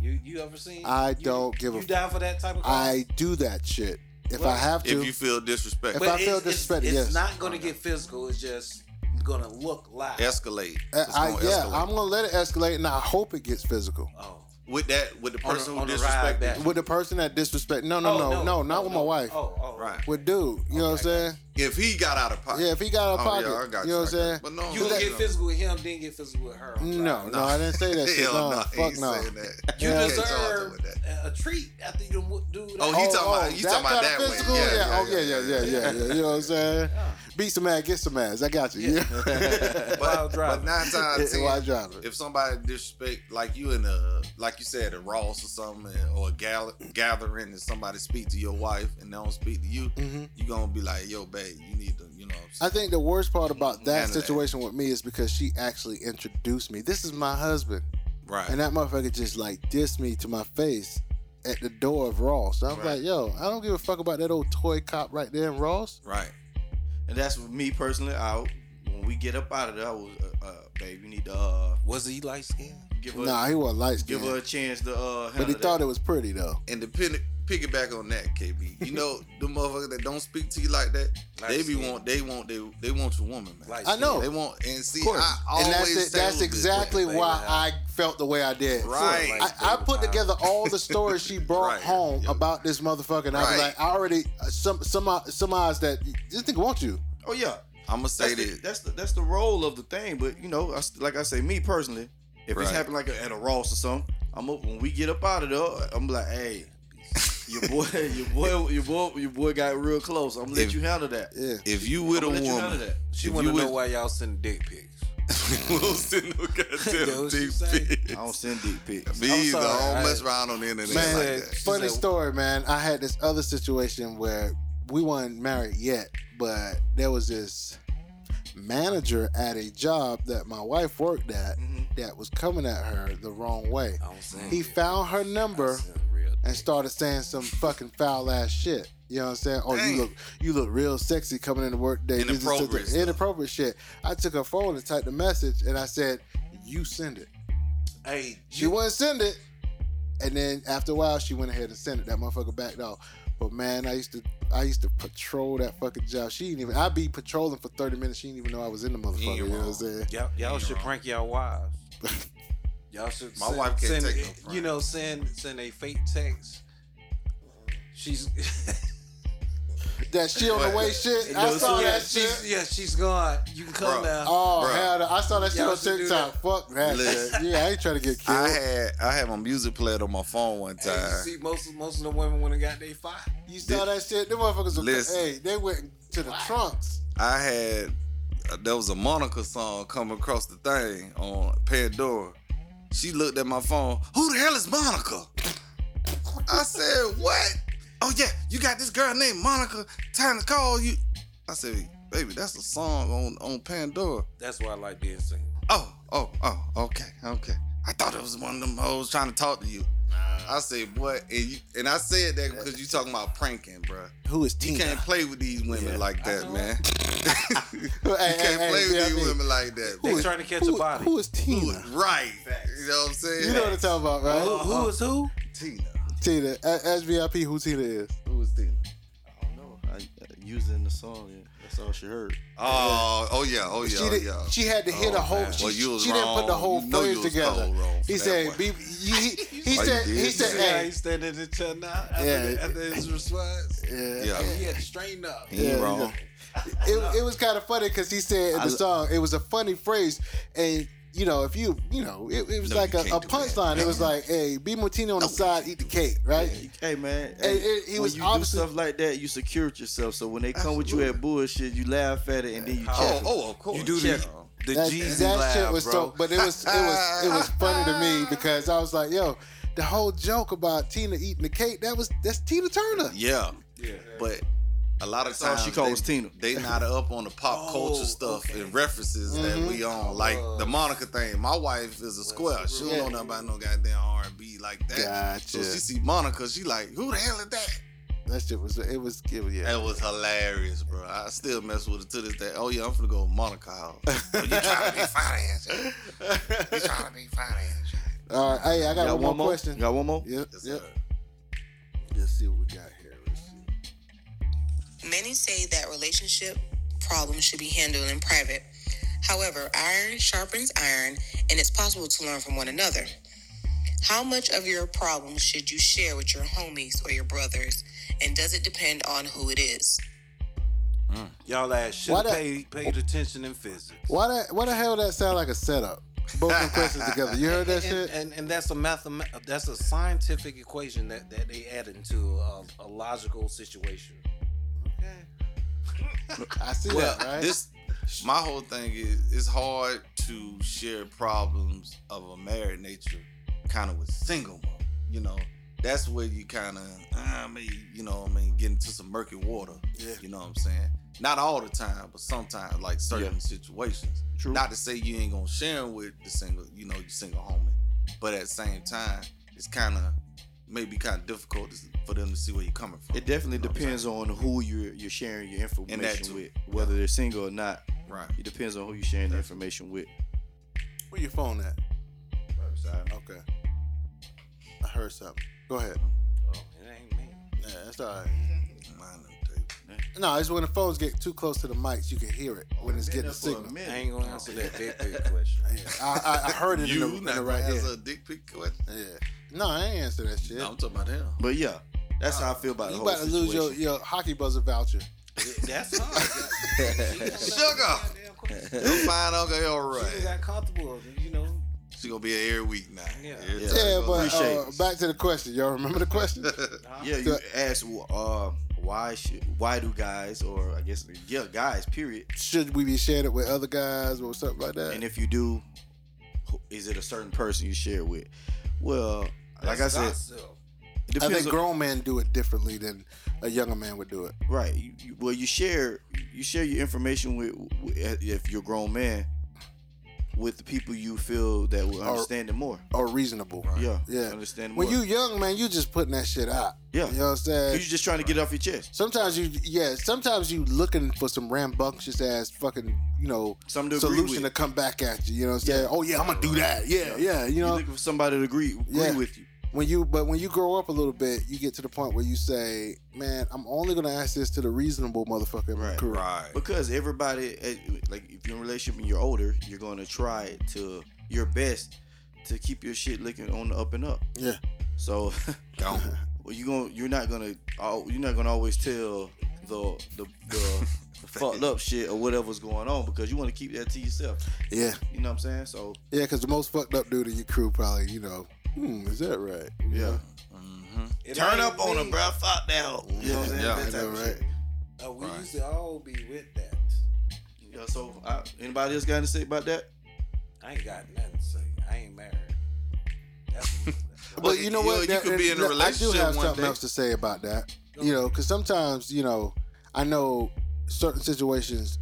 S4: You you ever seen?
S3: I
S4: you-
S3: don't give a
S4: You
S3: f-
S4: down for that type of? crap?
S3: I do that shit if I have to.
S6: If you feel disrespect,
S3: If I feel
S4: it's- it's-
S3: disrespected,
S4: it's
S3: yes.
S4: not gonna get physical. It's just gonna look like.
S6: escalate.
S3: Uh,
S6: It's
S3: I,
S6: gonna
S3: yeah,
S6: escalate.
S3: I'm gonna let it escalate, and I hope it gets physical
S4: oh.
S6: with that with the
S4: On the-
S6: person
S4: on
S6: who
S4: the ride back.
S6: disrespected.
S3: with the person that disrespect. No, no,
S4: Oh,
S3: no, no, not
S4: Oh,
S3: with
S4: no.
S3: my wife.
S4: Oh, oh,
S6: Right.
S3: With dude, you know what I'm saying?
S6: If he got out of pocket.
S3: Yeah, if he got out of
S6: Oh,
S3: pocket,
S6: yeah, I got
S3: you know what I'm
S6: I got
S3: saying?
S6: But no,
S4: You gonna
S6: no,
S4: get
S6: no.
S4: physical with him, then get physical with her. I'm
S3: No,
S4: sorry.
S3: no, I didn't
S6: [laughs]
S3: say that shit.
S6: Hell
S3: No, Oh,
S6: no, he
S3: fuck
S6: ain't
S3: no.
S6: saying that.
S4: You
S3: Yeah.
S6: Can't charge him
S4: deserve
S6: with that.
S4: a- a treat after you done whooped dude.
S6: Oh, he
S4: ass.
S6: talking about you talking about
S3: kinda
S6: that way.
S3: physical? Yeah, oh yeah, yeah, yeah, yeah, yeah. You know what I'm saying? Beat some ass, get some ass. I got
S6: [laughs]
S3: you. Yeah.
S6: But,
S4: Wild
S6: but
S4: driving.
S6: nine
S3: [laughs]
S6: times out of ten,
S3: Why drive it?
S6: if somebody disrespect like you in a like you said a Ross or something or a gal- gathering and somebody speak to your wife and they don't speak to you,
S3: Mhm.
S6: you gonna be like, yo, babe, you need to, you know. What
S3: I
S6: I'm saying?
S3: think the worst part about that
S6: None of that.
S3: situation with me is because she actually introduced me. This is my husband,
S6: right.
S3: and that motherfucker just like dissed me to my face at the door of Ross. So I'm
S6: Right.
S3: like, yo, I don't give a fuck about that old toy cop right there in Ross.
S6: right.
S2: And that's me personally. I when we get up out of there, I was, uh, uh, babe, you need to uh,
S4: Was he light skinned?
S2: give her
S3: Nah, he wasn't light
S2: give
S3: skinned.
S2: her a chance to. Uh,
S3: But he thought it was pretty though.
S6: And to pin, piggyback on that, KB, you know the motherfucker that don't speak to you like that,
S4: Like
S6: they be
S4: skin.
S6: want they want they they want your woman, man.
S4: Like
S3: I know.
S6: they want and see,
S3: Of course.
S6: I always
S3: and that's it.
S6: say
S3: That's
S6: with-
S3: exactly
S4: baby,
S3: why
S4: huh?
S3: I felt the way I did.
S6: Right.
S4: Like,
S3: I, I put together all the stories
S6: [laughs]
S3: she brought
S6: Right.
S3: home
S6: Yeah.
S3: about this motherfucker, and I was
S6: Right.
S3: like, I already uh, some some surmised that this nigga wants you.
S2: Oh yeah,
S6: I'm gonna say
S2: that's the,
S6: this.
S2: that's the that's the role of the thing. But you know, I s like I say, me personally, if it's
S6: Right.
S2: happening like at a Ross or something, I'm up, when we get up out of there, I'm like, hey, your boy, [laughs] your boy, your boy, your boy got real close. I'm gonna let
S6: If-
S2: you handle that.
S3: Yeah.
S6: If you with a
S2: I'm gonna let you handle
S6: woman,
S2: that.
S4: She
S6: If
S4: want to
S6: you
S4: know
S6: with- [laughs]
S4: why y'all sending dick pics.
S6: Wilson, no
S4: Yo,
S6: goddamn
S4: what you
S6: deep
S4: say?
S2: I
S6: pics.
S2: don't send dick pics.
S6: Me
S4: I'm
S6: either.
S4: sorry,
S6: I
S4: I-
S6: don't mess around on the internet
S3: Man,
S6: like that.
S4: She's
S3: Funny
S4: like-
S3: story, man. I had this other situation where we weren't married yet, but there was this manager at a job that my wife worked at that was coming at her the wrong way.
S4: I don't send
S3: He
S4: it.
S3: found her
S4: Oh, I
S3: number.
S4: send real
S3: and
S4: dick.
S3: started saying some fucking foul ass shit. You know what I'm saying? Oh,
S6: Dang.
S3: you look you look real sexy coming into work today. You just took the-
S6: Inappropriate stuff.
S3: inappropriate shit. I took her phone and typed the message, and I said, "You send it."
S4: Hey,
S3: She wouldn't send it, and then after a while, she went ahead and sent it. That motherfucker backed off. But man, I used to I used to patrol that fucking job. She didn't even. I'd be patrolling for thirty minutes. She didn't even know I was in the motherfucker. You know what I'm saying?
S4: Y'all, y'all
S6: Ain't
S4: should
S6: wrong.
S4: prank y'all
S3: [laughs]
S4: wives. Y'all should.
S6: My wife can't
S4: send,
S6: take no prank.
S4: You know, [laughs] send send a fake text. She's
S3: that she on
S6: [laughs]
S3: the way shit. I
S2: those
S3: saw
S4: yeah,
S3: that
S4: she's,
S3: shit.
S4: yeah, she's gone. You can come
S6: Bro.
S4: now.
S3: Oh
S6: Bruh.
S3: hell, no. I saw that shit
S4: Y'all
S3: on
S4: should do
S3: TikTok. Fuck that.
S6: Listen.
S3: shit. Yeah, I ain't trying to get killed.
S6: I had I had my music played on my phone one
S4: Hey, you
S6: time.
S4: see, most of, most of the women when they got they fight.
S3: you saw that shit. Them motherfuckers. Were,
S6: Listen.
S3: hey, they went to the trunks.
S6: I had uh, there was a Monica song come across the thing on Pandora. She looked at my phone. Who the hell is Monica? I said, what? Oh yeah, you got this girl named Monica. Time to call you. I said, baby, that's a song on on Pandora.
S4: That's why I like being single.
S6: Oh, oh, oh, okay, okay. I thought it was one of them hoes trying to talk to you. I said, what? And, you, and I said that because you talking about pranking, bruh.
S3: Who is
S6: You can't play with these women like
S3: [laughs]
S6: that, man.
S3: Hey,
S6: you
S3: hey,
S6: can't
S3: hey, yeah, I
S6: play with
S3: mean,
S6: these women like that.
S4: They
S6: man.
S4: trying to catch
S3: Who,
S4: a body.
S3: who is Tina?
S6: Right. You know what I'm saying?
S3: You know what I'm talking about, right?
S4: Who- who is who?
S6: Tina.
S3: Tina. A- Ask VIP who Tina is.
S6: Who is Tina?
S2: I don't know. I, using the song. Yeah. That's all she heard.
S6: Oh, oh yeah, oh yeah,
S3: she
S6: oh
S3: did,
S6: yeah.
S3: She had to hit
S6: Oh,
S3: a whole.
S6: man.
S3: She,
S6: Well, you was
S3: she didn't put the
S6: wrong.
S3: whole
S6: You know you
S3: phrase
S6: was
S3: together.
S6: cold wrong for
S3: He
S6: that
S3: said,
S6: one.
S3: "Be-
S6: [laughs]
S3: he, he, he
S6: Oh, you
S3: said, he
S6: did?
S3: said,
S4: Yeah,
S3: hey,
S4: he's standing in ten now. After,
S3: Yeah.
S4: after his response,
S6: yeah.
S4: Oh, he had to straighten up.
S6: He
S3: Yeah,
S6: ain't wrong.
S3: it, it was kind of funny because he said in the song it was a funny phrase and you know if you you know it, it was
S6: No,
S3: like a,
S6: you
S3: a
S6: can't do that.
S3: punchline it was like hey be martini on the side eat the cake right
S2: Hey man,
S3: Hey,
S2: hey,
S3: it- he
S2: when
S3: was
S2: you
S3: obviously-
S2: do stuff like that, you secured yourself. So when they come with you at bullshit, you laugh at it and then you check.
S6: Oh,
S2: them.
S6: oh, of course.
S4: You do
S2: Check
S4: the,
S2: 'em.
S4: the
S3: that,
S4: Jeezy
S3: that
S4: laugh,
S3: shit was
S4: bro.
S3: so but it was it was it was funny to
S6: [laughs]
S3: me because I was like yo the whole joke about Tina eating the cake that was that's Tina Turner
S6: Yeah.
S4: Yeah.
S6: But a lot of
S2: all
S6: times
S2: she called
S6: they,
S2: was Tina.
S6: They not up on the pop
S4: Oh,
S6: culture stuff and references that we on, like the Monica thing. My wife is a square. Oh, uh. She don't know nothing about no goddamn R and B like that. So
S3: Gotcha.
S6: she see Monica, she like, who the hell is that?
S3: that shit was it was it was- yeah
S6: That was hilarious, bro. I still mess with it to this day. Oh yeah, I'm finna go to
S3: [laughs]
S6: Monica House. oh, you trying to be financed? You trying to be financed?
S3: all right hey I got,
S2: Got
S3: one, more question
S2: Got one more?
S3: yep
S6: Yes,
S3: yep
S6: sir.
S3: let's see what we got here let's see
S8: Many say that relationship problems should be handled in private. However, iron sharpens iron, and it's possible to learn from one another. How much of your problems should you share with your homies or your brothers, and does it depend on who it is?
S4: Y'all ass should
S3: Why
S4: have
S3: that-
S4: paid, paid attention in physics.
S3: why that why the hell that sound like a setup both them questions together you
S6: [laughs]
S3: heard that
S4: and,
S3: shit
S4: And, and that's a mathem- that's a scientific equation that, that they add into a, a logical situation.
S3: I see
S6: Well,
S3: that, right?
S6: this my whole thing is it's hard to share problems of a married nature, kind of with single mom. You know, that's where you kind of, I mean, you know, what I mean, get into some murky water.
S3: Yeah.
S6: You know what I'm saying? Not all the time, but sometimes, like certain situations.
S3: Mm-hmm.
S2: True.
S6: Not to say you ain't gonna share 'em with the single, you know, your single homie, but at the same time, it's kind of maybe kind of difficult to- for them to see where you're coming from.
S2: It definitely
S6: You know what I'm
S2: depends on who you're you're sharing your information
S6: too.
S2: with, whether they're single or not.
S6: saying? right.
S2: It depends on who you're sharing the information with.
S3: Where your phone at? Okay. I heard something. Go ahead.
S4: Oh, it ain't me.
S3: Yeah, that's all right.
S6: Mine done too.
S3: No, it's when the phones get too close to the mics, you can hear it when it's getting the signal.
S4: I ain't gonna answer [laughs] that big big question.
S3: Yeah, I, I, I heard
S2: [laughs]
S3: it
S6: You
S3: in the, in
S6: not
S3: the
S6: gonna
S3: right ear.
S6: answer a dick pic question?
S3: Yeah. No, I ain't answer that shit.
S6: No, I'm talking
S3: [laughs]
S6: about him.
S2: But yeah, that's how I feel about
S3: you
S2: the whole
S3: about to lose
S2: situation.
S3: your, your hockey buzzer voucher.
S4: That's hard.
S6: Sugar,
S4: Goddamn question.
S6: you're fine, Uncle
S4: She
S6: Elroy.
S4: got comfortable, you know.
S6: She gonna be here every week now.
S4: Yeah.
S6: Every
S2: Yeah.
S6: time
S3: Yeah,
S6: she
S3: but
S6: goes-
S2: Appreciate
S3: uh,
S2: it.
S3: back to the question. Y'all remember the
S2: [laughs]
S3: question?
S2: Yeah, you asked well, uh, why should why do guys or I guess yeah guys period.
S3: Should we be sharing it with other guys or something like that?
S2: And if you do, who- is it a certain person you share it with? Well, like I said, it
S3: I
S2: depends.
S3: think
S2: on-
S3: grown men do it differently than a younger man would do it.
S2: right. You, you, well, you share you share your information with, with if you're a grown man with the people you feel that will understand it more.
S3: Or reasonable.
S2: Yeah,
S3: Yeah.
S2: understand it more.
S3: When you young, man, you just putting that shit out.
S2: Yeah.
S3: You know what I'm saying?
S2: You're just trying to get it off your chest.
S3: Sometimes you, yeah. Sometimes you looking for some rambunctious ass fucking, you know,
S2: Something to agree
S3: solution to
S2: with.
S3: come back at you. You know what I'm saying? Oh yeah, I'm gonna do that. Yeah, yeah. You
S2: You're
S3: know,
S2: looking for somebody to agree agree
S3: Yeah.
S2: with you.
S3: when you but when you grow up a little bit, you get to the point where you say, man, I'm only gonna ask this to the reasonable motherfucker in my
S2: Right.
S3: crew.
S6: Right.
S2: Because everybody, eh, like, if you're in a relationship and you're older, you're going to try to your best to keep your shit looking on the up and up.
S3: Yeah.
S2: So,
S6: Gone.
S3: [laughs]
S2: well, you going you're not gonna, al- you're not gonna always tell the the [laughs] the, the fucked up shit or whatever's going on because you want to keep that to yourself.
S3: Yeah,
S2: You know what I'm saying? So
S3: yeah, because the most fucked up dude in your crew probably, you know, hmm, is that right?
S2: yeah,
S6: Mm-hmm.
S4: It
S2: turn
S4: ain't
S2: up on
S4: me.
S2: them, bro. Fuck that. hoe. You know what I'm saying?
S6: Yeah,
S2: That
S3: I
S2: type
S3: know,
S2: of
S3: right?
S2: shit.
S4: Uh, we
S6: Right.
S4: used to all be with that.
S2: Yeah, so I, anybody else got anything to say about that?
S4: I ain't got nothing to say. I ain't married.
S6: [laughs]
S4: That's
S3: But you know what?
S6: You
S3: That-
S6: could be in a
S3: that- I do have
S6: relationship one
S3: something
S6: day.
S3: else to say about that. You know, because sometimes you know, I know certain situations.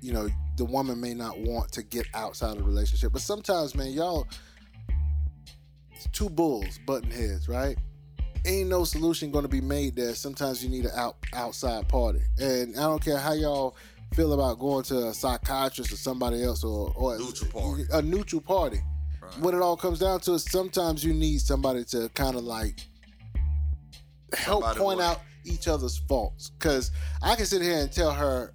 S3: You know, the woman may not want to get outside of the relationship, but sometimes, man, y'all it's two bulls butting heads, right? Ain't no solution going to be made there. Sometimes you need an out outside party, and I don't care how y'all feel about going to a psychiatrist or somebody else or or
S6: Neutral party.
S3: a neutral party what it all comes down to is sometimes you need somebody to kind of like help
S6: Somebody
S3: point
S6: what?
S3: out each other's faults. Because I can sit here and tell her,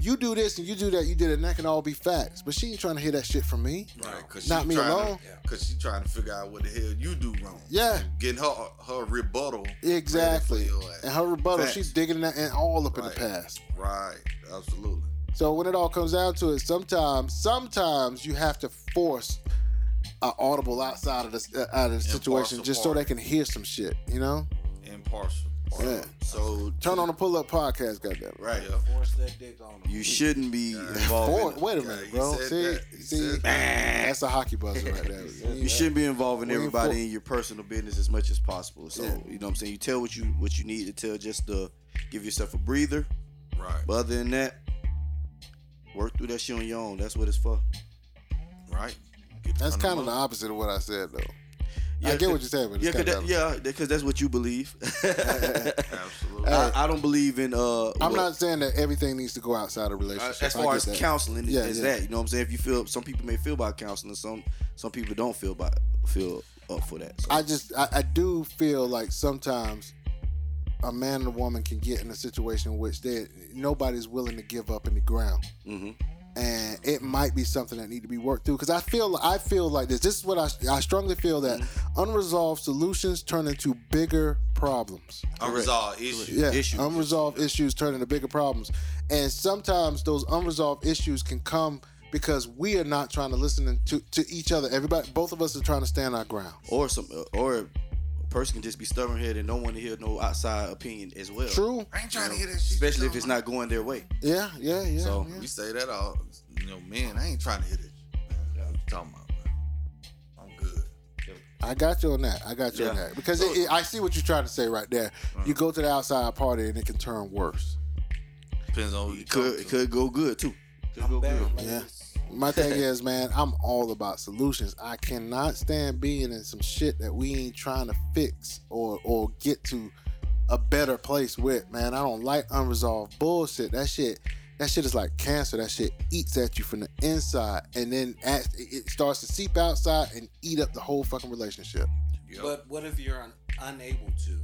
S3: you do this and you do that, you did it, and that can all be facts. But she ain't trying to hear that shit from me.
S6: Right, cause
S3: Not
S6: she
S3: me
S6: trying
S3: alone.
S6: To, Cause she trying to figure out what the hell you do wrong.
S3: Yeah,
S6: Getting her her rebuttal. ready for
S3: exactly.
S6: your ass.
S3: And her rebuttal,
S6: Facts.
S3: she's digging that and all up in the
S6: Right.
S3: past.
S6: Right. Absolutely.
S3: So when it all comes down to it, sometimes, sometimes you have to force an audible outside of the uh, out of the situation
S6: Impartial
S3: just so they
S6: party.
S3: can hear some shit. You know,
S6: Impartial.
S3: Yeah.
S6: So
S3: turn on the pull up podcast, goddamn. [laughs]
S6: right.
S4: yeah. Force that dick on them.
S2: You shouldn't be [laughs]
S3: Four,
S2: involved. In,
S3: wait a
S6: Yeah,
S3: minute,
S6: he
S3: bro.
S6: said
S3: See,
S6: that. He
S3: see,
S6: said
S3: that's a hockey buzzer right
S6: [laughs]
S3: there.
S2: you shouldn't be involving
S3: When you
S2: everybody
S3: fo-
S2: in your personal business as much as possible. So
S3: Yeah.
S2: you know what I'm saying. You tell what you what you need to tell, just to give yourself a breather.
S6: Right.
S2: But other than that, work through that shit on your own. That's what it's for.
S6: Right.
S3: That's kind of the
S6: the
S3: opposite of what I said, though.
S2: Yeah,
S3: I get what you're saying, but it's
S2: Yeah, cause
S3: kind
S2: that,
S3: of yeah.
S2: yeah, because that's what you believe. [laughs]
S6: absolutely.
S2: I, I don't believe in. uh
S3: I'm
S2: what-
S3: not saying that everything needs to go outside of
S2: Uh,
S3: relationships.
S2: as
S3: I
S2: far
S3: get
S2: as
S3: that.
S2: counseling is,
S3: Yeah,
S2: is
S3: yeah.
S2: that you know what I'm saying. If you feel some people may feel about counseling, some some people don't feel about feel up for that. So,
S3: I just I, I do feel like sometimes a man and a woman can get in a situation in which they nobody's willing to give up in the ground.
S2: hmm
S3: and it might be something that need to be worked through because i feel i feel like this this is what i, I strongly feel that unresolved solutions turn into bigger problems
S6: Unresolved issue.
S3: yeah
S2: Issues.
S3: unresolved issues turn into bigger problems and sometimes those unresolved issues can come because we are not trying to listen to, to each other everybody both of us are trying to stand our ground
S2: Or some or a person can just be stubborn headed and don't want to hear no outside opinion as well.
S3: true
S6: I ain't trying to hear that shit.
S2: Especially if it's not going their way.
S3: yeah yeah yeah,
S2: So,
S3: yeah.
S6: We say that all. You know, man, I ain't trying to hear this. Man, what you talking about? man? I'm good.
S3: I got you on that. I got you on
S2: Yeah.
S3: that because it, it- I see what you're trying to say right there. You go to the outside party and it can turn worse.
S6: Depends on who you
S2: It could it could go good too. Could go good.
S3: Yeah. My thing is, man, I'm all about solutions. I cannot stand being in some shit that we ain't trying to fix or or get to a better place with, man. I don't like unresolved bullshit. That shit, that shit is like cancer. That shit eats at you from the inside, and then at, it- it starts to seep outside and eat up the whole fucking relationship.
S6: Yep.
S4: But what if you're un- unable to?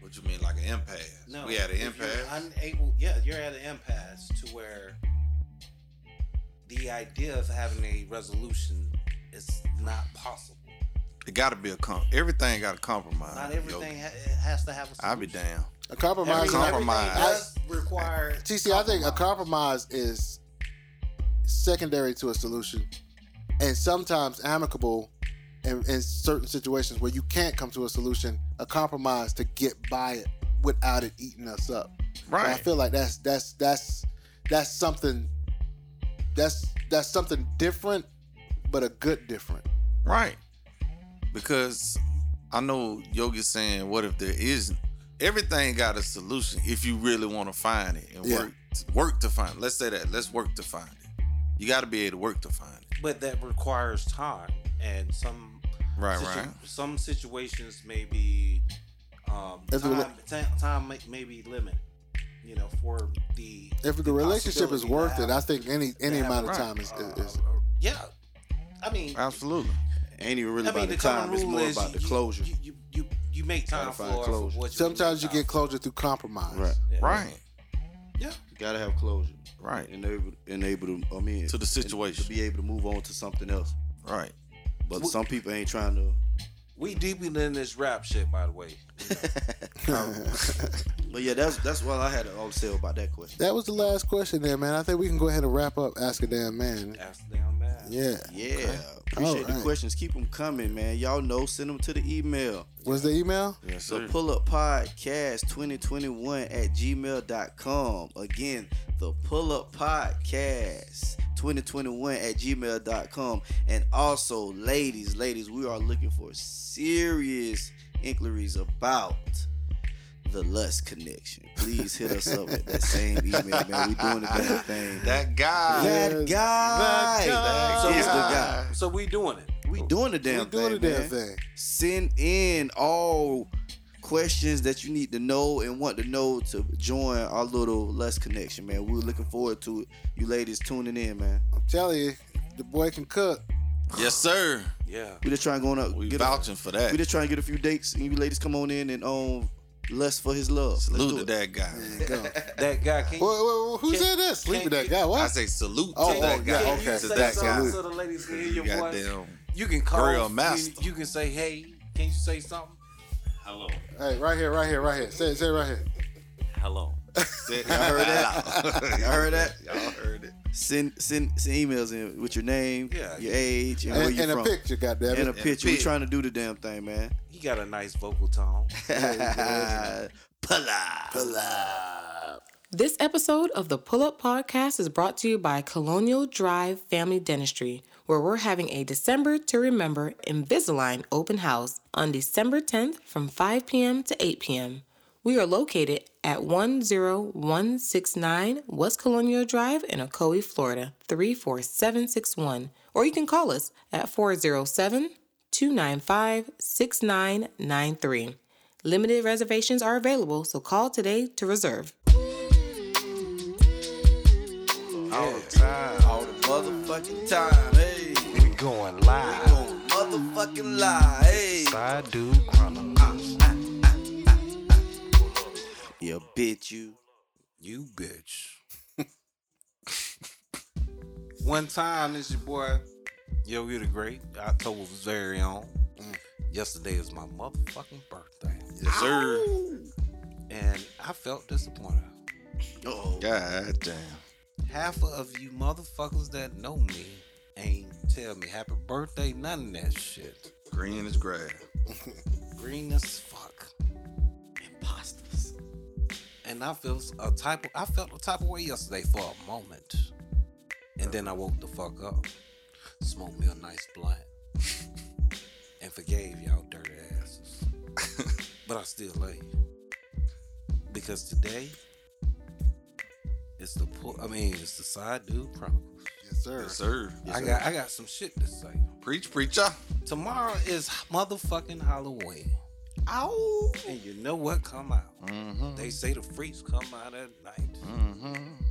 S6: What you mean, like an impasse?
S4: No,
S6: We had an
S4: if you're
S6: impasse.
S4: Unable, yeah, you're at an impasse to where the idea of having a resolution is not possible.
S6: it got to be a com. Everything got to compromise.
S4: Not
S6: yo.
S4: everything ha- it has to have a solution.
S6: I Uh, be down.
S3: A compromise,
S4: Everything,
S3: is not-
S6: Compromise.
S4: everything does require.
S3: TC, I think a compromise is secondary to a solution and sometimes amicable in, in certain situations where you can't come to a solution, a compromise to get by it without it eating us up. And I
S6: Right.
S3: feel like that's that's that's that's something that's that's something different, but a good different.
S6: Right. Because I know Yogi's saying, what if there isn't? Everything got a solution if you really want to find it and
S3: Yeah.
S6: work work to find it. Let's say that. Let's work to find it. You got to be able to work to find it.
S4: But that requires time and some
S6: Right,
S4: situ-
S6: right.
S4: Some situations may be um,
S3: If the
S4: time,
S3: rela-
S4: ti- time may, may be limited. You know, for the
S3: If the,
S4: the
S3: relationship is
S4: possibility to
S3: worth it,
S4: have-
S3: I think any
S4: to
S3: any
S4: have
S3: amount of
S6: right.
S3: time is,
S4: uh,
S3: is, is
S4: uh, yeah. I mean,
S6: Absolutely.
S2: Ain't even really
S4: I mean,
S2: about the,
S4: common
S2: time, it's
S4: rule
S2: more
S4: is
S2: about the
S4: you-
S2: closure.
S4: You you, you, you make time
S2: Gotta
S4: for,
S2: find
S4: for
S2: closure.
S4: what you
S3: sometimes you
S4: make
S3: get
S4: time
S3: closure through compromise. [laughs]
S2: Right.
S4: for. Yeah.
S6: Right.
S2: You gotta have closure.
S6: Right.
S2: And able and able to I mean
S6: To the
S2: and
S6: situation.
S2: To be able to move on to something else.
S6: Right.
S2: But
S4: Wh-
S2: some people ain't trying to
S4: We deeply in this rap shit, by the way.
S2: But yeah, that's that's what I had to say about that question.
S3: That was the last question there, man. I think we can go ahead and wrap up Ask a Damn Man.
S4: Ask them that.
S3: Yeah.
S2: Yeah, appreciate the
S3: Alright.
S2: questions. Keep them coming, man. Y'all know, send them to the email.
S3: What's the email?
S4: Yes,
S2: So
S4: sir.
S2: pull up podcast 2021 at gmail.com. Again, the pull up podcast 2021 at gmail.com. And also, ladies, ladies, we are looking for serious inquiries about the lust connection. Please hit us up at that same email, man. We doing the damn thing.
S6: That guy.
S2: That
S3: Yes.
S2: guy.
S6: That
S2: So it's the
S6: guy.
S2: guy.
S4: So we doing it.
S2: We doing the damn
S3: we doing
S2: thing.
S3: the damn
S2: man
S3: thing.
S2: send in all questions that you need to know and want to know to join our little less connection man we're looking forward to it you ladies tuning in man
S3: I'm telling you, the boy can cook.
S6: Yes, sir.
S4: Yeah.
S2: we just trying to go on up
S6: We
S2: get a,
S6: vouching for
S2: we
S6: that.
S2: just trying to get a few dates and you ladies come on in and um lust for his love Let's do
S6: Salute to
S2: it.
S6: that guy. [laughs]
S3: There you go. Wait,
S4: That guy can't.
S3: wait, wait, who
S4: Can't-
S3: said that? Sleep with that guy.
S4: can't-
S6: I
S3: What?
S6: say salute
S3: Oh,
S6: to
S3: oh,
S6: that guy.
S3: yeah,
S4: Can
S3: okay.
S4: you
S6: To
S4: say
S6: that
S4: something
S6: guy.
S3: Salute.
S4: so the ladies can hear
S6: You
S4: your voice?
S6: goddamn.
S4: You can call.
S6: Grill
S4: you-
S6: master.
S4: You, can say, "Hey, can you say something?"
S9: Hello.
S3: Hey, right here, right here, right here. Say it, say it right here.
S9: Hello.
S6: Y'all heard that?
S2: Y'all heard that?
S6: [laughs] Y'all heard it.
S2: send send send emails in with your name
S4: Yeah.
S2: your age and, where
S3: And,
S2: you
S3: and a
S2: from
S3: picture, goddamn
S2: and a
S3: it.
S2: picture we
S6: pic.
S2: trying to do the damn thing man
S4: He got a nice
S3: [laughs]
S4: vocal tone.
S2: pull up pull up
S10: This episode of the Pull Up Podcast is brought to you by Colonial Drive Family Dentistry, where we're having a December to Remember Invisalign open house on December 10th from 5 p.m. to 8 p.m. We are located at 10169 West Colonial Drive in Ocoee, Florida 34761, or you can call us at 407 295 6993. Limited reservations are available, so call today to reserve.
S2: all the time all the motherfucking time hey
S4: We going live.
S2: on motherfucking lie. Hey.
S4: I do chronicles. ah,
S2: Yeah, bitch, you.
S4: You bitch. [laughs] One time, this your boy, Yo, you the great. October was very on. Yesterday is my motherfucking birthday.
S6: Yes, sir.
S4: And I felt disappointed.
S2: Oh,
S6: God damn.
S4: Half of you motherfuckers that know me ain't tell me happy birthday, none of that shit.
S6: Green is grass.
S4: Green as fuck.
S2: imposters.
S4: And I feel a type of, I felt a type of way yesterday for a moment. And then I woke the fuck up. Smoked me a nice blunt. and forgave y'all dirty
S6: [laughs]
S4: asses. but I still love you. Because today it's the pull I mean it's the side dude chronicles.
S3: Yes, sir.
S6: Yes, sir.
S4: I got I got some shit to say.
S6: Preach, preacher.
S4: Tomorrow is motherfucking Halloween. Ow! And you know what come out?
S6: Mm-hmm.
S4: They say the freaks come out at night.
S6: Mm-hmm.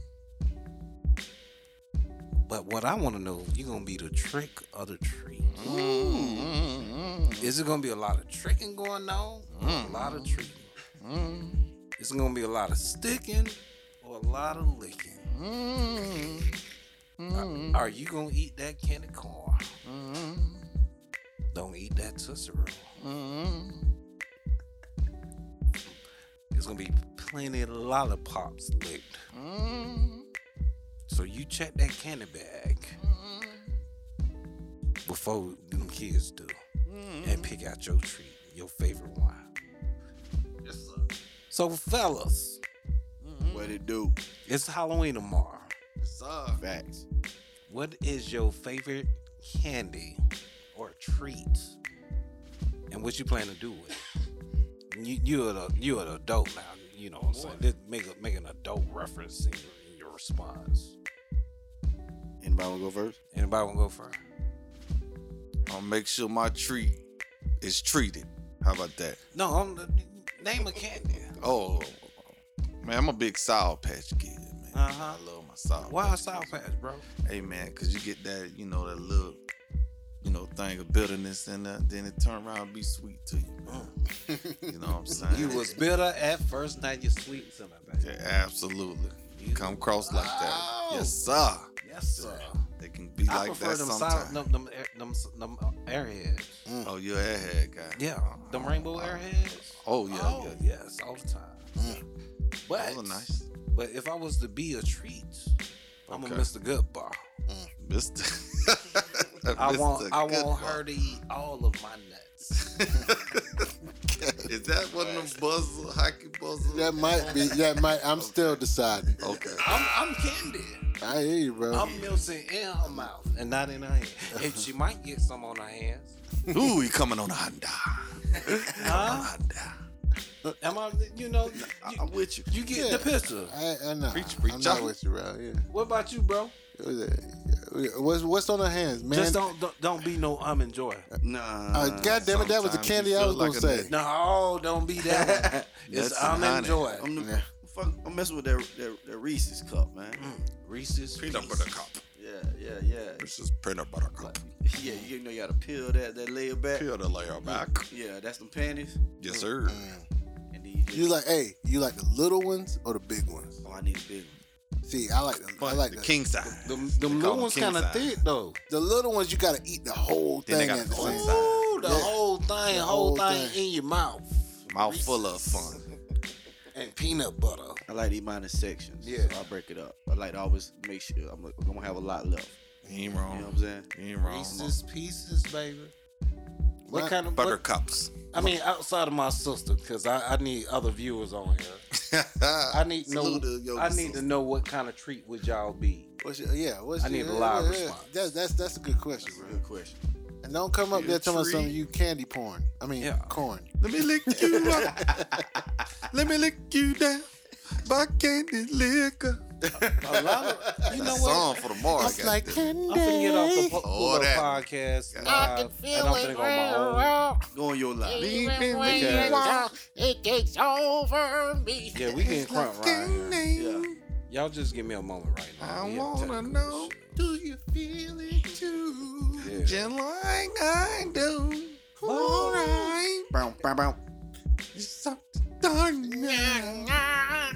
S4: But what I want to know, you gonna be the trick or the treat?
S6: Mm-hmm.
S4: Is it gonna be a lot of tricking going on, or a lot of treating?
S6: Mm-hmm.
S4: Is it gonna be a lot of sticking, or a lot of licking?
S6: Mm-hmm.
S4: Are- Are you gonna eat that candy corn? Don't eat that tootsie roll. It's gonna be plenty of lollipops licked. So you check that candy bag before them kids do, and pick out your treat, your favorite one. So fellas,
S2: What it do?
S4: it's Halloween tomorrow.
S2: Facts.
S4: What is your favorite candy or treat, and what you plan to do with it? You you're the you're an adult now. You know what I'm saying. This, make a, make an adult reference in your, in your response.
S2: Anybody want to go first?
S4: Anybody wanna go first?
S6: I'll make sure my treat is treated. How about that?
S4: No, I'm name a candy.
S6: Oh, man, I'm a big Sour Patch kid, man.
S4: Uh-huh.
S6: I love my Sour
S4: Why
S6: Patch
S4: South
S6: Kids.
S4: Patch, bro?
S6: Hey, man, because you get that, you know, that little, you know, thing of bitterness in there, then it turn around and be sweet to you. man. [laughs] you know what I'm saying?
S4: Oh. You was bitter at first night. You sweet to me, baby.
S6: Yeah, [laughs] absolutely.
S4: You-
S6: Come cross like that.
S4: Oh.
S6: Yes, sir.
S4: Yes, sir.
S6: They can be
S4: I
S6: like
S4: prefer
S6: that
S4: them, sour,
S6: sometimes.
S4: them, them, air- them, them uh, airheads.
S6: Oh, you're a head guy.
S4: Yeah, them rainbow airheads.
S6: Oh, Mm. yeah,
S4: oh,
S6: yeah.
S4: yes, all the time. But
S6: Those are nice.
S4: But if I was to be a treat, I'm
S6: Okay.
S4: gonna miss the good bar.
S6: Mister.
S4: [laughs] I want I want her to eat all of my nuts.
S6: [laughs] Is that one of them buzzer hockey buzzers?
S3: That might be. That might. I'm still deciding.
S6: okay.
S4: I'm I'm candid.
S3: I hear you, bro.
S6: Oh.
S4: I'm melting in her mouth [laughs] and not in her hand. If she might get some on her hands.
S6: Ooh, you coming on a Honda? Oh,
S4: Huh?
S6: Honda.
S4: Am I you know
S2: I,
S4: you,
S2: I'm with you.
S4: you get
S3: Yeah.
S4: the picture.
S3: I, I know.
S6: Preach, preach.
S3: I'm not with you, bro. Yeah.
S4: What about you, bro?
S3: It was a- What's what's on her hands, man?
S4: Just don't, don't don't be no um I'm enjoy.
S2: Nah.
S3: Uh, God damn it, that was the
S6: sometimes
S3: candy
S6: you
S3: I
S6: feel
S3: was gonna
S6: like a
S3: say.
S4: No, don't be that.
S6: [laughs]
S4: one. it's um I'm
S6: Nuts and honey. Um,
S4: enjoy.
S2: I'm, the, fuck, I'm messing with that, that, that Reese's cup, man.
S6: Mm.
S4: Reese's
S6: Peanut
S4: Pieces.
S6: butter cup.
S2: Yeah, yeah, yeah.
S6: It's just peanut butter cup.
S2: Yeah, you know you gotta peel that that layer back.
S6: Peel the layer back.
S4: mm.
S2: Yeah, that's them panties.
S6: Yes, sir.
S2: And then you just,
S3: You like, hey, you like the little ones or the big ones?
S2: oh, I need a big one.
S3: See, I like the, I
S6: But
S3: like
S6: the
S3: the,
S6: king size.
S4: Them,
S6: They
S4: them little
S6: call them
S4: ones
S6: king
S4: kind of
S6: size.
S4: thick though.
S3: the little ones. You gotta eat the whole
S6: Then they
S3: thing
S6: got
S3: at
S6: the
S3: the
S6: one
S3: same
S6: side.
S3: time.
S4: Ooh, the
S3: Yeah.
S4: whole thing, whole,
S3: whole
S4: thing,
S3: thing.
S4: in your mouth,
S6: Mouth full of fun.
S4: and peanut butter.
S2: I like to eat mine in sections.
S4: Yeah.
S2: so I break it up. I like to always make sure I'm, like, I'm gonna have a lot left.
S6: You ain't
S2: You know what
S6: wrong.
S2: I'm saying?
S6: You ain't wrong.
S4: Reese's Pieces, baby. What
S3: My-
S4: kind of
S6: Butter
S4: what-
S6: cups.
S4: I mean, outside of my sister, because I, I need other viewers on here.
S6: [laughs]
S4: I need to know.
S6: Salute to your
S4: I need
S6: sister.
S4: to know what kind of treat would y'all be.
S3: What's your, yeah, what's
S4: I need
S3: your,
S4: a live
S3: yeah, yeah.
S4: response.
S3: That's that's that's a good question, bro.
S2: Good question.
S3: And don't come up
S6: Your
S3: there telling us
S6: tree.
S3: something you candy porn. I mean,
S4: Yeah.
S3: corn.
S6: Let me lick
S3: [laughs]
S6: you up. Let me lick you down. By candy liquor.
S4: A lot of, you know
S6: That
S4: what?
S6: song for the morning.
S3: It's like
S4: I'm finna get off the po-
S6: All
S4: pull up
S6: that.
S4: podcast. live, and I'm finna go on my own.
S2: Go on your life.
S4: Because-
S3: it takes over me.
S4: Yeah, we getting crunk right here.
S2: Yeah.
S4: Y'all just give me a moment right now.
S6: I
S4: We have
S6: wanna
S4: technical
S6: know,
S4: issues.
S6: do you feel it too?
S4: Yeah.
S6: Just like I do. All right.
S2: Bow, bow, bow.
S6: It's something done now.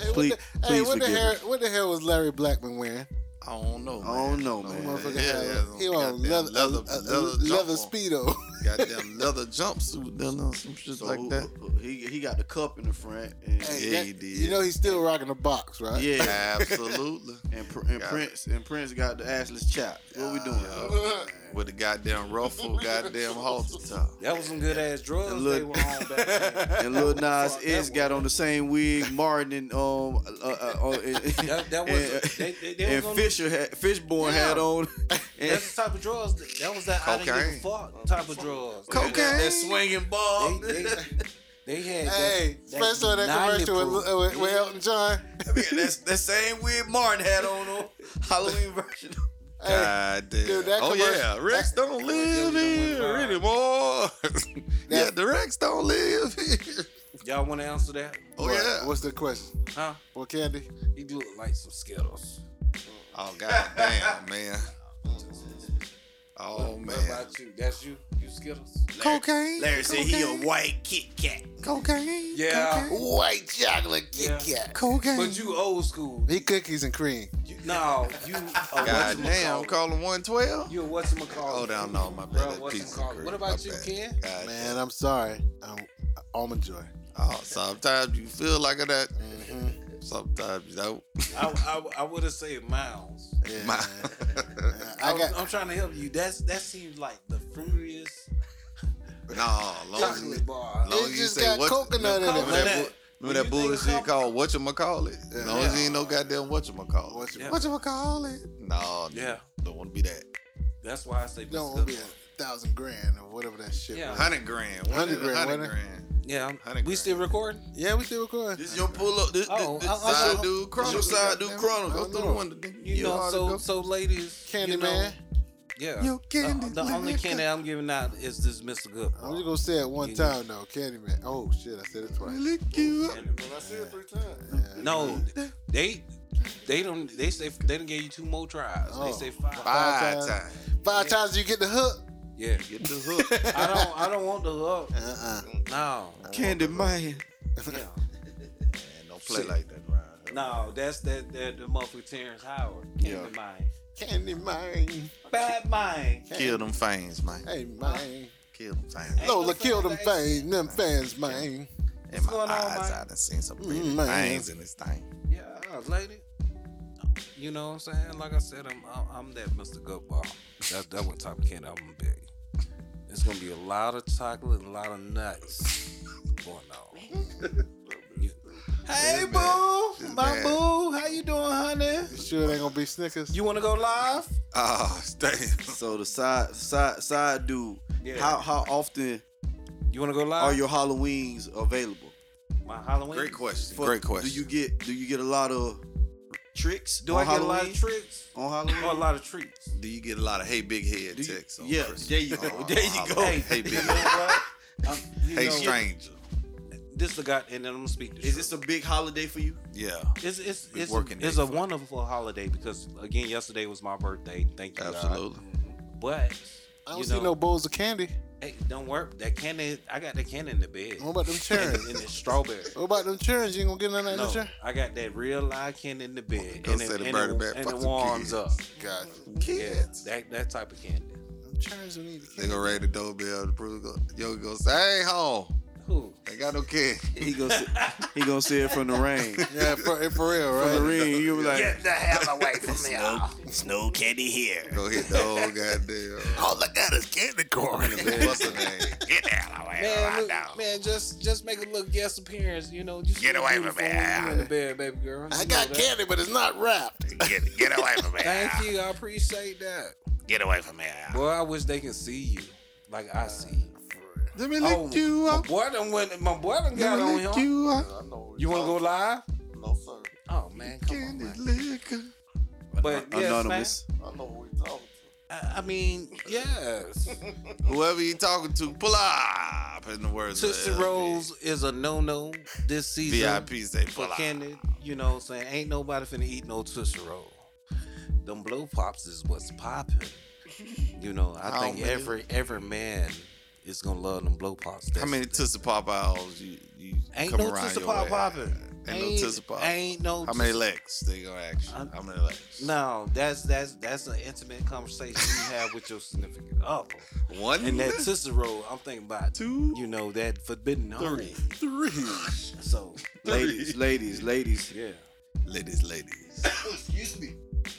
S3: Hey,
S2: Please-
S3: what the, hey,
S2: please
S3: what the
S2: forgive
S3: hell? What the hell was Larry Blackman wearing?
S6: I don't know.
S2: I don't
S6: Man.
S2: know,
S6: No,
S2: man.
S3: Motherfucker
S6: Yeah,
S3: had-
S6: yeah,
S3: he on
S6: goddamn
S3: leather,
S6: leather-
S3: a- a-
S6: leather
S3: leather
S6: jump on.
S3: speedo. [laughs]
S6: Goddamn leather jumpsuit, done on some shit
S2: So
S6: like that.
S2: He he got the cup in the front and
S3: Hey,
S6: Yeah,
S3: that-
S6: he did.
S3: You know he's still rocking a box, right? [laughs]
S2: yeah.
S6: Absolutely.
S2: [laughs] And, Pr- and
S6: Got it. Ah,
S2: Prince and Prince got the assless chop. What we doing? [laughs]
S6: With the goddamn ruffle, goddamn halter top.
S4: That was some good ass drugs
S2: And
S4: they
S2: look-
S4: were on back
S6: [laughs]
S4: then.
S2: and Lil Nas
S4: [laughs] Fuck, that
S2: X got
S4: was-
S2: on the same wig. Martin and um, uh,
S4: [laughs]
S2: uh, uh, and, [laughs]
S4: That, that was they, they, they
S2: and
S4: was on the-
S2: Fisher had, Fishborn
S4: Yeah.
S2: had on [laughs] and
S4: [laughs] That's the type of drugs. That, that was that I didn't give a fuck type of drugs.
S6: Cocaine.
S2: that swinging ball. [laughs]
S4: They, they, [laughs] they had
S3: Hey,
S4: that, that
S3: especially that,
S4: 90
S3: commercial with,
S4: proof.
S3: with, with Elton John.
S2: That's that same wig Martin had on on
S4: [laughs]
S2: Halloween version.
S3: Hey,
S6: God damn.
S3: dude, that
S6: oh
S3: commercial-
S6: yeah, Rex don't live here anymore. [laughs] yeah, the Rex don't live here.
S4: Y'all want to answer that?
S6: Oh
S3: what-
S6: yeah.
S3: What's the question?
S4: Huh?
S3: Well, Candy,
S4: He do look like some Skittles.
S6: Oh god damn, man. Oh man.
S4: What about you? That's you? You Skittles?
S6: Cocaine.
S2: Larry said he a white Kit Kat.
S6: Cocaine.
S4: Yeah.
S6: Cocaine.
S3: white chocolate Kit
S4: Yeah.
S3: Kat.
S6: Cocaine.
S4: But you old school.
S3: He cookies and cream.
S4: You, no, you. a
S6: God damn,
S4: whatchamacallit.
S6: call him 112?
S4: You a whatchamacallit.
S6: Oh, down, no, my
S4: Bro,
S6: bad. That
S4: what's
S6: pizza
S4: it called?
S6: great.
S4: What about
S6: My
S4: you,
S6: bad.
S4: Ken?
S6: God
S3: Man,
S6: damn.
S3: I'm sorry. I'm uh, almond joy.
S6: Oh, sometimes you feel like that. [laughs]
S3: hmm
S6: Sometimes you don't.
S4: I, I, I would have said Miles.
S3: Yeah.
S6: My- [laughs] Oh,
S3: I
S4: was-
S3: got
S4: I'm trying to help you. That's that seems like the fruitiest
S6: no, long
S4: chocolate bar.
S6: long
S3: It
S6: as you
S3: just
S6: say
S3: got
S6: what-
S3: coconut in it,
S6: remember
S4: man.
S6: that bu- Remember that
S4: When you think of coconut-
S6: bullshit called whatchamacallit? As long as you ain't no goddamn whatchamacallit.
S3: what you
S4: Yeah.
S6: Whatchamacallit? No,
S4: Yeah,
S6: don't want to be that.
S4: that's why I say
S3: don't
S4: Mr.
S3: want to be a thousand grand or whatever that shit.
S4: Yeah.
S3: was.
S6: 100 grand. What
S3: 100
S6: is it?
S3: grand,
S6: 100
S3: wasn't it?
S6: grand.
S4: Yeah, I'm-
S6: Hundred
S4: we
S6: grand.
S4: still recording.
S3: yeah, we still recording.
S2: This your pull up. This, this,
S4: Oh,
S2: this
S4: I- I-
S2: side dude.
S6: Side dude
S2: This your
S6: chronicles.
S2: side dude
S6: goddamn.
S2: chronicles.
S6: Go
S3: I
S6: through
S3: know.
S6: the window. then.
S4: You know,
S6: oughta
S4: so
S6: go.
S4: so ladies,
S3: Candy
S4: you know,
S3: man.
S4: Yeah, Uh,
S6: You candy
S4: the, the only
S6: liquor.
S4: candy I'm giving out is this Mr. Good.
S3: I'm just gonna say it one
S4: You-
S3: time though, Candyman. Oh shit, I said it twice.
S6: Lick you up.
S1: I said it three times.
S3: Yeah.
S4: No, they they don't they say they don't give you two more tries.
S3: Oh.
S4: They say five.
S6: Five
S3: times.
S6: times.
S3: Five times you get the hook.
S4: Yeah,
S6: Get the
S4: [laughs]
S6: hook.
S4: I don't I don't want the hook.
S3: Uh-uh.
S4: No,
S2: Candy man.
S4: yeah.
S6: Man, don't play like that, Ryan.
S4: no, that's that that the motherfucker Terrence Howard. Candy
S2: Yeah.
S4: mine,
S3: Candy mine.
S4: bad mine.
S6: Kill them fans, man.
S3: Hey, man.
S6: Kill them fans.
S4: Ain't no
S3: Lola killed them
S4: fans.
S3: fans, them fans, man.
S6: In my
S4: going on,
S6: eyes,
S4: Mike?
S6: I done seen some pretty
S3: Mm, man.
S6: things in this thing.
S4: Yeah, uh, lady. You know what I'm saying? Like I said, I'm I'm, I'm that Mr. Goodball. That that one type of candy I'm gonna be. It's gonna be a lot of chocolate and a lot of nuts going on. You- hey
S6: This man-
S4: boo,
S6: this
S4: my
S6: man-
S4: boo, how you doing, honey?
S3: You sure it ain't gonna be Snickers?
S4: You wanna go live?
S6: Oh, damn.
S2: So the side side side dude,
S4: Yeah. Oh,
S2: how how often
S4: You wanna go live?
S2: are your Halloweens available?
S4: my Halloween?
S6: Great question.
S2: For-
S6: Great question.
S2: Do you get do you get a lot of tricks?
S4: Do
S2: on
S4: I get a lot
S2: Halloween?
S4: of tricks?
S2: on
S4: Or a
S2: Halloween?
S4: lot of treats?
S6: Do you get a lot of hey big head
S2: Do you-
S6: texts? on
S2: yeah,
S6: Christmas?
S2: there you go,
S6: Oh,
S2: there you
S6: I
S2: go.
S6: love it. [laughs] Hey
S4: You [laughs]
S6: big
S4: know
S6: head.
S4: what? I'm- you
S6: Hey
S4: know,
S6: stranger.
S4: This the guy, and then I'm gonna speak. the
S2: Is this
S4: truth.
S2: a big holiday for you?
S6: Yeah.
S4: It's it's
S6: Big
S4: it's,
S6: working
S4: it's
S6: day
S4: a
S6: for
S4: wonderful holiday because again yesterday was my birthday. Thank you. God.
S6: Absolutely.
S4: But
S3: I don't
S4: you
S3: see
S4: know,
S3: no bowls of candy.
S4: Hey, don't work. That candy. I got the candy in the bed.
S3: What about them cherries?
S4: [laughs] and, and the [laughs] strawberry.
S3: what about them cherries? You ain't gonna get none of that
S4: No,
S3: cherry?
S4: I got that real live candy in the bed,
S6: Go
S4: and
S6: say
S4: it,
S6: the
S4: and
S6: birdie
S4: it,
S6: back,
S4: and
S6: fuck
S4: it
S6: them
S4: warms
S6: kids.
S4: up.
S3: Got
S6: Kids.
S4: Yeah, that that type of candy.
S3: them cherries we need. to
S6: They
S3: get.
S6: gonna raid the doorbell. The producer go, yo, go say, hey, home.
S4: Who?
S6: Ain't got no
S4: [laughs]
S6: kid.
S2: He gonna see, he gonna see it from the [laughs] rain.
S3: Yeah, for, for real,
S2: From the
S3: right?
S2: rain, you be like,
S4: the hell away from me!
S2: snow candy Oh, here.
S6: Go hit the whole goddamn. All I got is
S2: [laughs]
S6: candy
S4: [laughs]
S6: corn. What's her name?
S4: Man, look, man, just just make a little guest appearance. You know, you get away from me! You in the bed, baby girl. You
S3: I
S4: know
S3: got
S4: that.
S3: candy, but it's not wrapped.
S4: Thank you. I appreciate that. Get away from me. Boy, I wish they can see you. Like I see you.
S6: Let me
S4: Oh, my boy done went, my boy done got on him. You,
S6: up.
S4: wanna go live?
S1: No, sir.
S4: Oh man, come on.
S6: Candy
S4: man.
S6: liquor.
S4: But
S2: "Oh,
S4: yes,
S2: Anonymous.
S1: I know who you talking
S4: man. I, I mean, [laughs] yes.
S6: Whoever you talking to, pull up. In the words of
S4: Tootsie
S6: LV.
S4: Rolls is a no no this season
S6: VIP say
S4: for
S6: pull up.
S4: candy. You know what I'm saying? Ain't nobody finna eat no Tootsie Roll. Them blow pops is what's popping. You know, I
S6: How
S4: think
S6: many-
S4: every every man is gonna love them blow pops.
S6: How
S4: That's-
S6: many Tootsie Pop owls you, you
S4: Ain't
S6: come
S4: no
S6: around
S4: Tootsie
S6: your
S4: Pop
S6: way?
S4: popping.
S6: Ain't no Tootsie Pop.
S4: Ain't no.
S6: How many
S4: Tootsie-
S6: legs they gonna ask you?
S4: I'm-
S6: How many legs?
S4: No, that's that's that's an intimate conversation you have with your significant other.
S6: One
S4: And
S6: [laughs]
S4: that sister roll, I'm thinking about
S6: Two.
S4: You know that forbidden
S6: Three.
S4: home. So
S2: [laughs] Ladies, ladies, ladies.
S4: yeah, [coughs]
S6: ladies, ladies,
S1: to. Excuse me.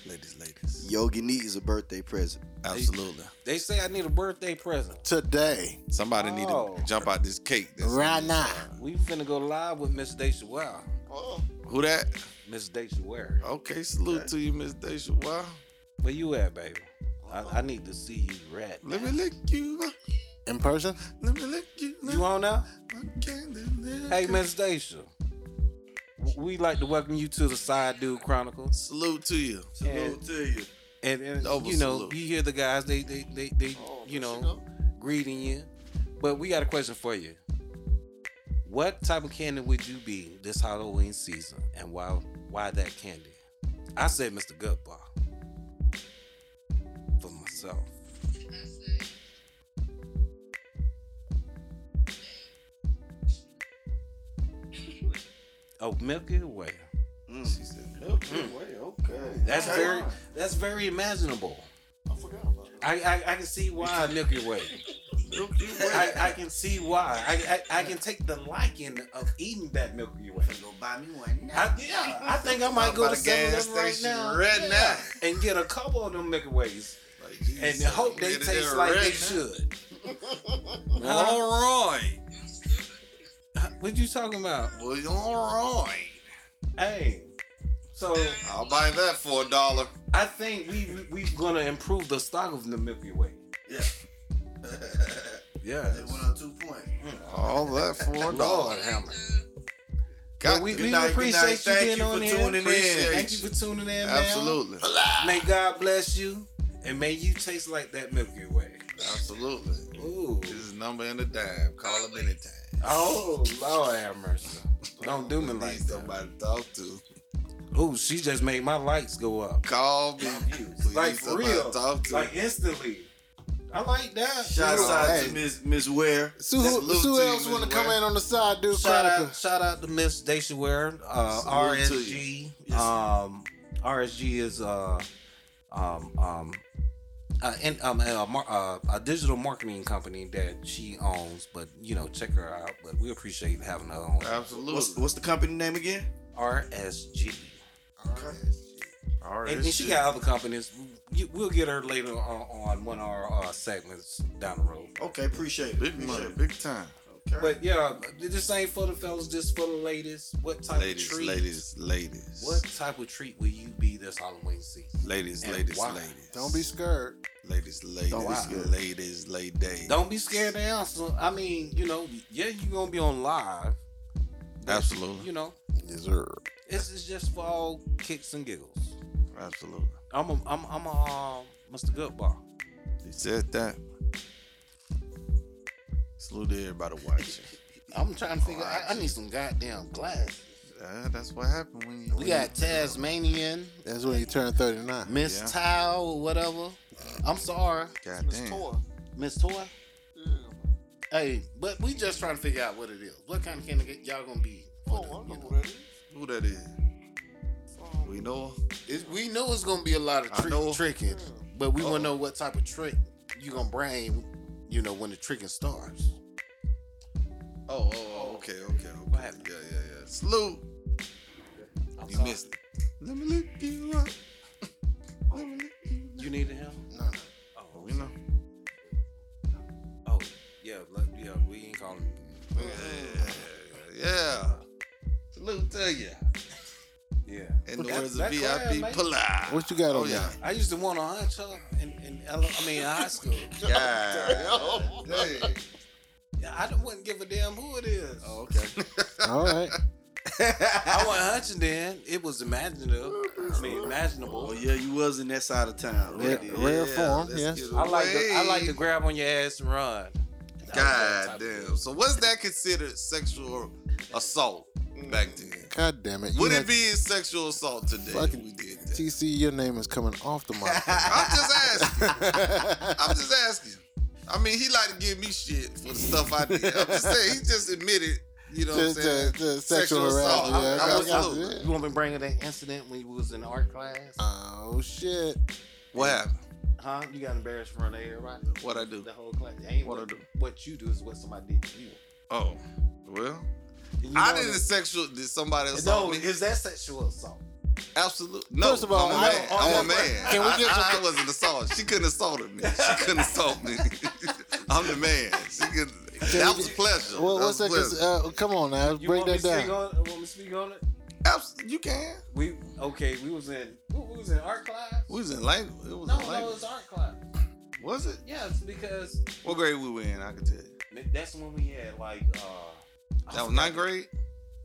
S6: ladies, ladies.
S2: Yogi Neat is a birthday present.
S6: Absolutely.
S4: they say I need a birthday present.
S3: Today,
S6: Somebody
S4: Oh.
S6: need to jump out this cake. That's
S3: right now.
S4: We finna go live with Miss Daisha Wow.
S1: Oh,
S6: Who that?
S4: Miss Daisha Ware.
S6: Okay, salute to you, Miss Daisha. Wow.
S4: Where you at, baby? I, I need to see you right
S6: Let me
S4: now.
S6: lick you up.
S3: In person?
S6: Let me lick you up.
S4: You on now?
S6: My candy liquor.
S4: Hey, Miss Daisha. w- We like to welcome you to the Side Dude Chronicles.
S6: Salute to you.
S4: And-
S2: to you.
S4: and, and
S6: Double
S4: you know
S6: salute.
S4: you hear the guys they they they, they
S1: oh,
S4: you
S1: there
S4: know
S1: she go.
S4: greeting you but we got a question for you what type of candy would you be this halloween season and why why that candy i said mr goodbar for myself oh milky way
S1: She said, Mm. "Milky Way." Okay.
S4: Mm. that's
S1: Okay.
S4: very that's very imaginable
S1: I forgot about it.
S4: I, I, I can see why Milky Way.
S1: Milky Way.
S4: I, I can see why. I, I I can take the liking of eating that Milky Way.
S2: Go buy me one.
S4: I, yeah, I think I might
S6: Talk
S4: go
S6: about
S4: to
S6: a gas
S4: 7 right
S6: station
S4: now,
S6: right
S4: Yeah.
S6: now.
S4: and get a couple of them Milky Ways
S6: Like,
S4: and
S6: Jesus,
S4: hope they
S6: get it
S4: taste
S6: there
S4: like
S6: right
S4: they
S6: now.
S4: should. [laughs]
S6: All right.
S4: What you talking about?
S6: Well, all right.
S4: Hey, so
S6: I'll buy that for a dollar.
S4: I think we we gonna improve the stock of the Milky Way.
S2: Yeah.
S4: Yeah.
S2: One on two point.
S4: Hmm,
S6: All that for a dollar.
S4: Lord Hammer.
S6: God,
S4: we
S6: good
S4: we
S6: night, good night.
S4: appreciate
S6: Thank
S4: you being
S6: you
S4: on
S6: for
S4: here.
S6: tuning in.
S4: Thank you for tuning in, man.
S6: Absolutely.
S4: May God bless you, and may you taste like that Milky Way.
S6: Absolutely.
S4: Ooh.
S6: This is number and a dime. Call him anytime.
S4: Oh, Lord have mercy. Don't do me
S6: Need
S4: like that.
S6: somebody to talk to.
S4: Ooh, she just made my lights go up.
S6: Call me. Please,
S4: Like, for
S6: somebody
S4: real.
S6: to Talk to.
S4: Like, instantly. I like that.
S2: Shout
S4: Shout
S2: out
S3: Hey.
S2: to Miss Miss Ware.
S3: So who,
S6: Salute
S3: so who
S6: to you,
S3: else
S6: Miss
S3: want to come
S6: Ware.
S3: in on the side, dude?
S4: out, shout out to Miss Dacia Ware, uh,
S6: Salute to
S4: RSG. Um, RSG is uh, um, um, uh, and, um, a, mar- uh, a digital marketing company that she owns. But you know, check her out. But we appreciate having her on
S6: Absolutely.
S2: What's, what's the company name again?
S4: RSG.
S6: All right.
S4: And, and she got other companies. You- We'll get her later on, on one of our uh, segments down the road.
S2: Okay, appreciate it.
S6: big money, big time.
S4: But yeah, this ain't for the fellas, this for the ladies. What type of
S6: Ladies,
S4: treat?
S6: ladies, ladies.
S4: What type of treat will you be this Halloween season?
S6: Ladies,
S4: And
S6: ladies,
S4: why?
S6: ladies.
S3: Don't be scared.
S6: Ladies, ladies,
S2: Don't be scared.
S6: ladies, ladies.
S4: Don't be scared to answer. I mean, you know, yeah, you're gonna be on live. but,
S6: Absolutely.
S4: You know,
S3: Yes, sir.
S4: it's, it's just for all kicks and giggles.
S6: Absolutely.
S4: I'm a, I'm, I'm a um, Mr. Goodbar.
S6: He said that. Salute to everybody watching.
S4: I'm trying to figure. I, I need some goddamn glasses.
S6: Yeah, Uh, that's what happened when you.
S4: We got Tasmanian,
S3: That's when you turn 39.
S4: Miss
S6: Yeah.
S4: Tao, or whatever. I'm sorry,
S6: God damn.
S4: Miss Toy. Hey, but we just trying to figure out what it is. What kind of candidate y'all gonna be?
S2: Oh,
S4: for the- you know?
S6: Who that is?
S4: Um,
S6: We know.
S4: It's- we know it's gonna be a lot of
S6: I know.
S4: trick tricking, but we wanna know what type of trick you gonna bring. You know when the tricking starts.
S6: Oh, oh, oh, okay, okay, okay. Yeah, yeah, yeah. Salute. You missed it. Let me look you
S4: [laughs]
S6: up. Let me look you
S4: You needed him.
S3: No, no.
S4: Oh,
S6: up. You know.
S4: oh yeah, yeah. We ain't calling.
S6: Yeah. Salute to you.
S4: Yeah.
S6: In the
S4: That-
S6: words
S4: that
S6: of VIP
S4: clan, mate.
S6: Pula.
S3: What you got
S6: Oh,
S3: on
S6: yeah.
S4: I used to want a hot tub in, in ele- I mean in high
S6: [laughs]
S4: school. [laughs]
S6: Yeah. Dang.
S4: Yeah, I don't- wouldn't give a damn who it is.
S6: Oh, okay. [laughs]
S3: that? All right.
S4: I went hunting then. It was imaginative. I mean imaginable.
S2: Oh yeah, you was in that side of town.
S3: Rare, rare form,
S6: let's
S3: yes.
S6: get
S4: I like to, I like to
S6: away.
S4: grab on your ass and run.
S6: God damn. So what's that considered sexual assault
S4: Mm.
S6: back then?
S3: God damn it. You
S6: Would
S3: had-
S6: it be sexual assault today? if
S3: Fucking
S6: we did that?
S3: TC, your name is coming off the
S6: [laughs]
S3: mic.
S6: I'm just asking. I'm just asking. I mean, he like to give me shit for the stuff I did. I'm just saying, he just admitted, you know what I'm
S3: To-
S6: saying?
S3: to- to sexual
S6: assault.
S3: harassment.
S6: I-
S3: yeah,
S6: I
S3: I
S6: was
S3: got
S6: salute.
S3: you.
S4: You want me to bring up that incident when you was in art class?
S3: Oh, shit.
S6: What happened?
S4: Huh? You got embarrassed in front of everybody?
S6: What I do?
S4: The whole class. Ain't
S6: What
S4: what,
S6: I do?
S4: what you do is what somebody did to you.
S6: Oh, well,
S4: And you
S6: I
S4: know
S6: didn't
S4: that-
S6: sexual. Did somebody assault
S4: No,
S6: me?
S4: is that sexual assault?
S6: Absolutely. No,
S3: First of all,
S6: I'm a
S3: I-
S6: man. I, am a man.
S3: Can we
S6: I-
S3: get
S6: I, was an assault. She couldn't assault me. She couldn't assault me. [laughs] I'm the man. She could. That
S3: we
S6: was
S3: get-
S6: pleasure.
S3: Well,
S6: that
S3: what's
S6: was
S3: that?
S6: pleasure.
S3: Uh, come on now.
S4: You
S3: Break
S4: want me
S3: that
S4: to speak
S3: down.
S4: on? Want me to speak on it?
S3: uh,
S6: Abs- you can.
S4: We okay. We was in. We we was in art class.
S6: We was in language. It was
S4: No, no,
S6: in
S4: it
S6: language.
S4: was art class.
S6: was it?
S4: Yes, because
S6: What grade we were in? I could tell you.
S4: that's when we had like. uh I
S6: That was
S4: forgot-
S6: ninth grade.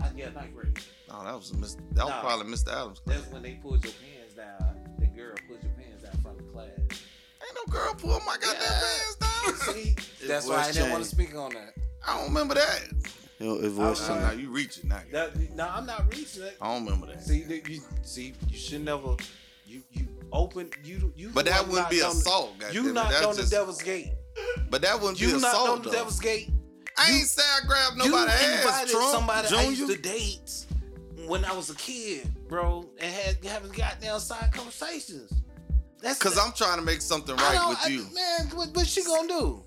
S4: I, yeah, ninth grade.
S6: No, that was Mr. That was
S4: Nah.
S6: probably Mr. Adams. Class.
S4: That's when they pulled your pants down. The girl pulled your pants down from the
S6: [laughs]
S4: class.
S6: Ain't no girl pull my goddamn
S4: Yeah.
S6: pants down.
S4: See, that's why I
S2: was
S4: didn't want to
S2: changed.
S4: speak on that.
S6: I don't remember that.
S2: Yo, it
S4: was-
S6: Nah, nah, you reaching now.
S4: that no, I'm not reaching it.
S6: I don't remember that.
S4: See, that you see, you should never. You you open you you.
S6: but
S4: you
S6: that
S4: are
S6: wouldn't
S4: not
S6: be
S4: on the-
S6: assault. goddammit.
S4: You knocked
S6: That's
S4: on the
S6: just-
S4: devil's gate.
S6: But that wouldn't be
S4: You knocked
S6: assault.
S4: on the
S6: though.
S4: devil's gate.
S6: I
S4: You-
S6: ain't say I grabbed nobody
S4: you
S6: ass.
S4: invited
S6: Trump,
S4: somebody I used
S6: Junior.
S4: to date when I was a kid, bro, and had having goddamn side conversations. That's
S6: Because I'm trying to make something
S4: I
S6: right
S4: don't-
S6: with
S4: I-
S6: you.
S4: man. What, what she gonna do?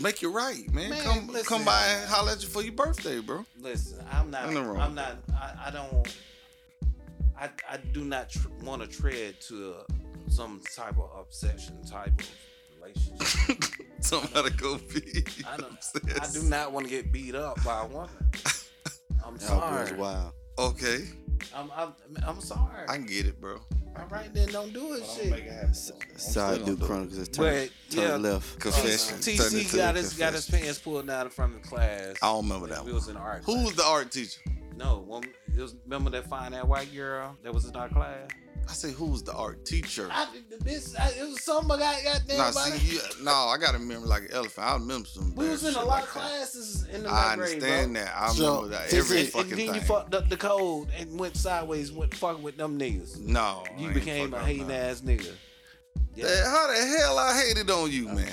S6: Make it right, man.
S4: Man,
S6: come
S4: listen.
S6: come by and holler at you for your birthday, bro. [laughs]
S4: Listen, I'm not.
S6: Ain't nothing wrong
S4: I'm
S6: with
S4: not. I, I don't. I I do not tr- want to tread to some type of obsession type of relationship.
S6: Somebody go pee.
S4: I
S6: [laughs]
S4: don't. I
S6: Obsessed.
S4: do not want to get beat up by a
S6: [laughs]
S4: woman. I'm sorry.
S2: wow.
S6: Okay,
S4: I'm, I'm I'm sorry.
S6: I can get it, bro.
S4: All right then, don't do it. Shit.
S2: uh, Side Duke Chronicles is turn,
S4: But
S2: turn
S4: yeah,
S2: left.
S6: Confession. Turn it
S4: TC
S6: to
S4: got
S6: a
S4: his got his
S6: confession.
S4: pants pulled down from the class.
S6: I don't remember that
S4: We
S6: one.
S4: was in art.
S6: Who
S4: class.
S6: was the art teacher?
S4: No, one, it was, remember that fine that white girl that was in our class.
S6: I say, who was the art teacher?
S4: I, the bitch, I, it was somebody I got
S6: Nah,
S4: there.
S6: see, you, no, I got to remember like an elephant. I remember some.
S4: we was
S6: bad
S4: in a lot
S6: shit like
S4: of
S6: that.
S4: classes in the ninth
S6: I
S4: grade, bro.
S6: understand that. I
S3: So,
S6: remember that
S3: TC,
S6: every
S3: and
S4: and
S6: fucking
S4: then
S6: thing.
S4: you fucked up the code and went sideways, went fucking with them niggas.
S6: no, I
S4: You
S6: ain't
S4: became a
S6: fucked up
S4: hating
S6: nothing.
S4: ass nigga.
S6: Hey, How the hell I hated on you, man?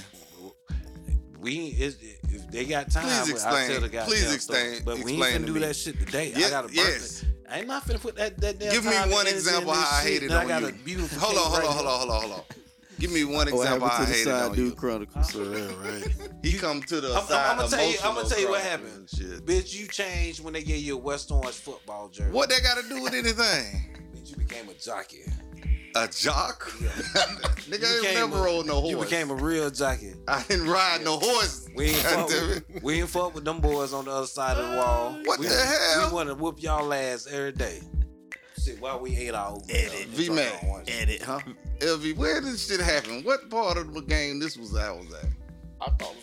S4: We is if they got time,
S6: Please
S4: I'll
S6: explain.
S4: tell the goddamn
S6: Please
S4: story.
S6: explain-
S4: But we ain't
S6: explain
S4: finna
S6: to
S4: do
S6: me.
S4: that shit today. I
S6: Ye-
S4: got a birthday.
S6: yes.
S4: I ain't not finna put that that damn.
S6: Give me
S4: time and
S6: one
S4: energy in
S6: example
S4: this
S6: how I
S4: shit,
S6: hated
S4: and
S6: on
S4: I got
S6: you.
S4: A beautiful
S6: Hold
S4: cake
S6: on, hold
S4: right
S6: on,
S4: here.
S6: hold on, hold on, hold on. Give me one
S2: What
S6: example.
S2: happened
S6: I
S2: to the
S6: hated
S2: side
S6: on
S2: dude
S6: you.
S2: chronicles?
S3: right.
S6: He come to the
S4: I'm-
S6: side.
S4: I'ma tell you- I'ma
S6: emotional
S4: tell you what
S6: problem
S4: happened.
S6: and Shit.
S4: Bitch, you changed when they gave you a West Orange football jersey.
S6: What that got to do with anything?
S4: Bitch, you became a jockey.
S6: A jock? [laughs] Nigga, I ain't
S4: became
S6: never
S4: a-
S6: rode no horse.
S4: You became a real jockey.
S6: I didn't ride no horse.
S4: We ain't,
S6: God
S4: fuck
S6: damn
S4: with, we ain't fuck with them boys on the other side of the wall.
S6: [laughs] What
S4: we,
S6: the hell?
S4: We want to whoop y'all ass every day. Shit, why we ate our oatmeal?
S6: V Mac.
S2: Edit, huh?
S6: LV, where did this shit happen? What part of the game this was I was
S1: I thought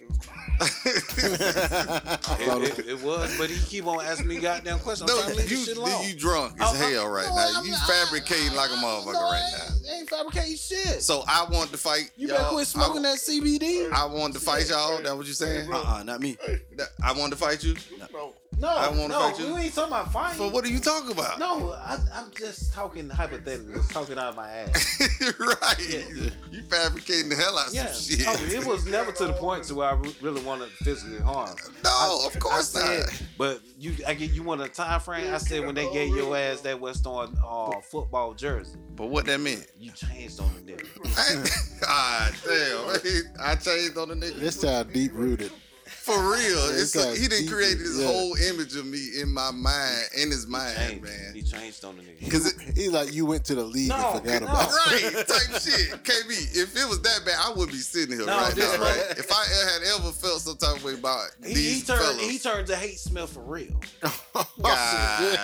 S1: it was
S4: [laughs]
S1: a side dude.
S6: at?
S4: It, it, it was, but he keep on asking me goddamn questions. I'm
S6: [laughs] no,
S4: trying to leave
S6: you,
S4: this shit alone.
S6: you drunk as
S4: Oh, I-
S6: hell right
S4: no,
S6: now.
S4: I'm
S6: you
S4: not-
S6: fabricating like a motherfucker right
S4: I
S6: now.
S4: ain't- ain't fabricating shit.
S6: So I want to fight.
S4: you
S6: y'all.
S4: better quit smoking
S6: I,
S4: that CBD.
S6: I want to fight y'all. That what you saying?
S2: Uh uh not me.
S6: That- I want to fight you.
S1: No.
S4: no,
S6: I wanna
S4: no,
S6: fight you.
S4: we ain't talking about fighting.
S6: So what are you talking about?
S4: No, I, I'm just talking hypothetically, talking out of my
S6: [laughs]
S4: ass.
S6: [laughs] right. You fabricating the hell out of
S4: Yeah,
S6: some shit.
S4: Oh, it was never to the point to where I re- really wanted to physically harm.
S6: [laughs] no,
S4: I-
S6: of course
S4: I said,
S6: not.
S4: But you, I get you want a time frame. I said when they gave your ass that Western uh, football jersey,
S6: But what that meant?
S4: you changed on the nigga.
S6: [laughs] ah,
S4: [laughs]
S6: damn. I changed on the nigga.
S3: This time deep rooted.
S6: For real, it's
S3: it's
S6: like
S3: like
S6: he didn't
S3: deep-
S6: create this
S3: yeah.
S6: whole image of me in my mind, in his mind,
S4: Changed.
S6: man.
S4: He changed on the nigga.
S6: Because
S3: He's like you went to the league
S4: No,
S3: and forgot
S4: no.
S3: about. it. [laughs]
S6: right, type shit. KB, if it was that bad, I would be sitting here
S4: No,
S6: right
S4: this
S6: now,
S4: right.
S6: right? If I had ever felt some type of way about
S4: He,
S6: these
S4: he turned.
S6: fellas,
S4: He turned to hate Smith for real.
S6: [laughs] God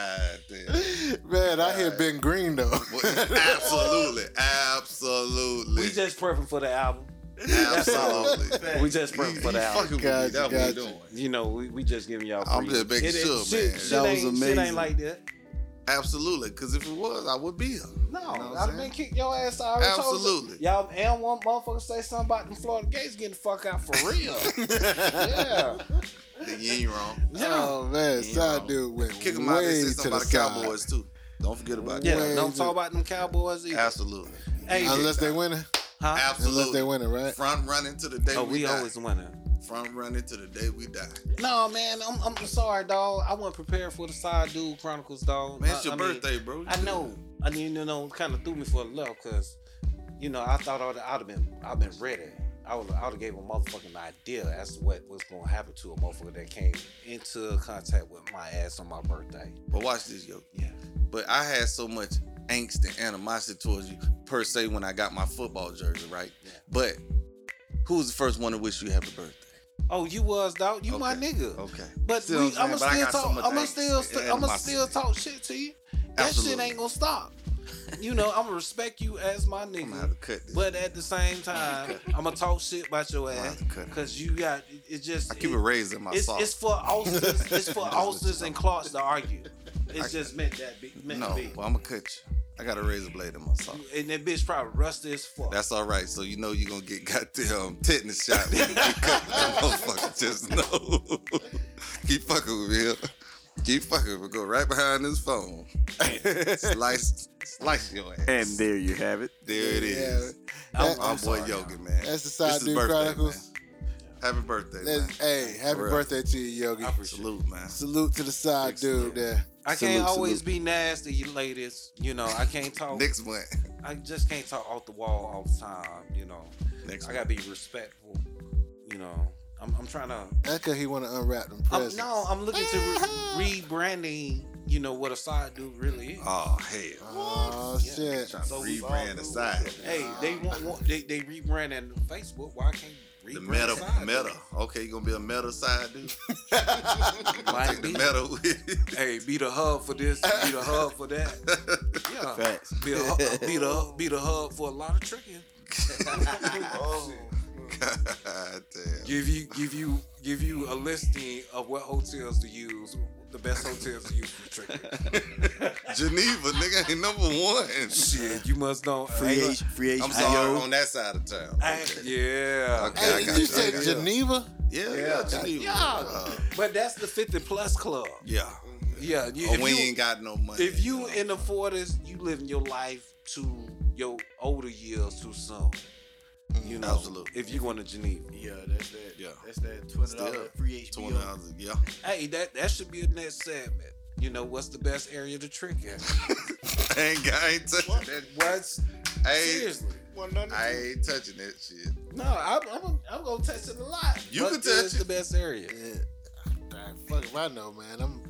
S3: [laughs]
S6: damn.
S3: Man, I hear Ben Green though.
S6: Well, absolutely, absolutely,
S4: We just prepping for the album. [laughs]
S6: absolutely.
S4: We just
S6: He, he
S4: prepping for the album.
S6: fucking
S3: Gotcha,
S6: with me. That's what
S3: gotcha.
S6: he doing.
S4: You know, we, we just giving y'all.
S6: I'm
S4: free.
S6: just making
S4: It- it-
S6: sure,
S4: shit-
S6: man.
S4: Shit,
S2: That was
S4: ain't, Shit
S2: amazing.
S4: ain't like that.
S6: Absolutely, because if it was, I would be here.
S4: No,
S6: what
S4: I've
S6: I'm
S4: been
S6: saying?
S4: kicked your ass. I already Told
S6: Absolutely.
S4: you. Y'all and one motherfucker say something about them Florida Gates getting the fuck out for
S6: [laughs]
S4: real. yeah.
S6: Then You ain't wrong.
S3: [laughs] Oh man,
S6: Yeah.
S3: side dude went
S6: Kick him out and
S3: way
S6: say
S3: to
S6: something
S3: the
S6: about the
S3: side.
S6: Cowboys too. Don't forget about
S4: Yeah,
S6: that.
S3: Way
S4: don't
S3: to-
S4: talk about them Cowboys either.
S6: Absolutely,
S4: Hey,
S3: Unless they win it.
S4: huh?
S3: Unless
S6: absolutely.
S3: they win it, right?
S6: Front running to the day
S4: Oh,
S6: we,
S4: we
S6: die.
S4: always winning.
S6: Front running to the day we die.
S4: No, man, I'm, I'm sorry, dog. I wasn't prepared for the side dude chronicles, dog.
S6: Man, it's
S4: Uh, I-
S6: your
S4: I mean,
S6: birthday, bro.
S4: I know. I mean, you know, kind of threw me for a love because, you know, I thought I'd, I'd have been, I'd been ready. I would, I would have gave a motherfucking idea as to what was gonna happen to a motherfucker that came into contact with my ass on my birthday.
S6: But watch this, yo.
S4: Yeah.
S6: But I had so much angst and animosity towards you per se when I got my football jersey, right?
S4: Yeah.
S6: But who was the first one to wish you happy birthday?
S4: Oh, you was dog. You my
S6: Okay.
S4: nigga.
S6: Okay.
S4: But
S6: See what
S4: we,
S6: I'm saying?
S4: I'ma
S6: But I
S4: still
S6: got so
S4: talk.
S6: much
S4: I'ma
S6: angst
S4: still,
S6: and
S4: st- I'ma
S6: animosity.
S4: still talk shit to you. That shit
S6: Absolutely.
S4: ain't gonna stop. You know, I'ma respect you as my
S6: I'm gonna
S4: nigga.
S6: have to cut this.
S4: But at the same time, I'ma talk shit about your
S6: gonna
S4: ass
S6: have to cut it.
S4: because you got it- it's just.
S6: I keep it raised in my
S4: it's,
S6: sock.
S4: it's for
S6: [laughs]
S4: ulcers. It's for ulcers and clots to argue. It's just meant that be, meant
S6: no,
S4: to be.
S6: well, I'm gonna cut you. I got a razor blade in my sock.
S4: And that bitch probably rusty as fuck.
S6: That's all right. So you know you're gonna get [laughs] goddamn tetanus shot when you get cut.
S3: [laughs]
S6: That motherfucker just know. [laughs] Keep fucking with me. huh? Keep fucking with me. Go right behind this phone. slice slice your ass.
S2: And there you have it.
S6: there it is.
S4: I'm,
S6: My
S4: I'm
S6: boy
S4: sorry.
S6: Yogi, man.
S3: That's the
S6: This
S3: side
S6: is
S3: dude
S6: birthday,
S3: chronicles.
S6: man. Happy birthday, man.
S3: That's, hey, happy
S6: For real.
S3: birthday to you, Yogi.
S6: Salute, man.
S3: Salute to the side dude there.
S4: I can't
S6: Salute,
S4: always
S6: salute.
S4: be nasty, you ladies. You know, I can't talk.
S6: Next month.
S4: I just can't talk off the wall all the time. You know,
S6: Next
S4: I
S6: month.
S4: gotta be respectful. You know, I'm, I'm trying to.
S3: That's because he want to unwrap them
S4: I'm,
S3: presents.
S4: no, I'm looking to re- rebranding. You know what a side dude really is.
S6: Oh hell.
S3: Oh
S4: Yeah.
S3: shit!
S6: Trying to rebrand the side.
S4: Hey, they want, want they they rebranding Facebook. Why can't
S6: The
S4: rebrand
S6: meta
S4: side
S6: meta.
S4: dude?
S6: Okay, you gonna be a meta side dude?
S4: Might
S6: Take the
S4: be.
S6: meta with
S4: [laughs]
S6: you.
S4: Hey, be the hub for this, be the hub for
S6: [laughs]
S4: that. Yeah,
S2: Facts.
S4: be the hub, be the hub, be the hub for a lot of tricking.
S1: Oh,
S6: [laughs] God damn.
S4: Give you give you give you a listing of what hotels to use, the best hotels to use for tricking.
S6: [laughs] Geneva, nigga, ain't number one.
S4: Shit, you must
S2: [laughs]
S4: know.
S2: Free
S4: Hey,
S2: H, free H,
S6: I'm sorry,
S2: yo.
S6: on that side of town.
S4: hey, yeah.
S6: Okay, I
S3: Hey,
S6: got
S3: you
S6: you, I
S3: said
S6: got you.
S3: Geneva?
S6: Yeah, yeah, Geneva. Uh,
S4: But that's the 50 plus club.
S6: yeah.
S4: Yeah, you,
S6: Or
S4: if,
S6: when you
S4: you,
S6: Oh, ain't got no money.
S4: if you
S6: know.
S4: in the 40s, you living your life to your older years too soon. You know,
S6: Mm-hmm. absolutely.
S4: if you going to Geneva.
S2: Yeah, that's that.
S6: Yeah.
S2: that's that twenty
S6: Still,
S2: free
S6: twenty dollars, yeah. [laughs]
S4: Hey, that that should be a next segment. You know, what's the best area to trick in?
S6: I ain't got I ain't touching that.
S4: What's
S6: I ain't,
S4: Seriously.
S6: I ain't touching that shit.
S4: No, I'm, I'm, I'm gonna touch it a lot.
S6: You
S4: but
S6: can touch
S4: it's
S6: it.
S4: the best area.
S3: Yeah. Dang, fuck if I know, man. I'm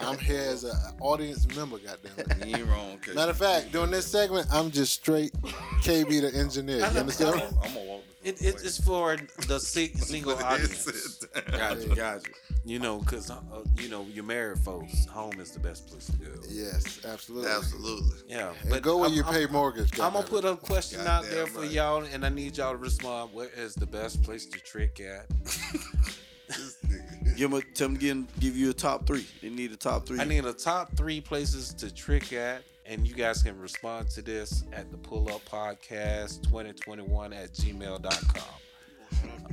S4: [laughs]
S3: I'm here as an audience member, goddamn it.
S6: You ain't wrong. Cause
S3: Matter of fact, during this segment, I'm just straight KB the engineer.
S4: [laughs]
S3: You understand?
S6: I'm gonna walk. the
S4: It,
S6: fuck
S4: it,
S6: away.
S4: it's for the sing- single
S6: [laughs] But
S4: audience.
S6: it's-
S2: Gotcha, gotcha.
S4: You know, because, uh, you know, your married folks, home is the best place to go.
S3: Yes, absolutely.
S6: Absolutely.
S4: Yeah.
S3: And go where
S4: I'm-
S3: you
S4: I'm-
S3: pay mortgage. goddamn
S4: I'm gonna
S3: it.
S4: put a question out there
S6: Goddamn
S4: for
S6: right.
S4: y'all, and I need y'all to respond. Where is the best place to trick at?
S6: This nigga.
S2: Give 'em a- tell them again. Give you a top three. They need a top three.
S4: I need a top three places to trick at, and you guys can respond to this at the Pull Up Podcast 2021 at gmail.com.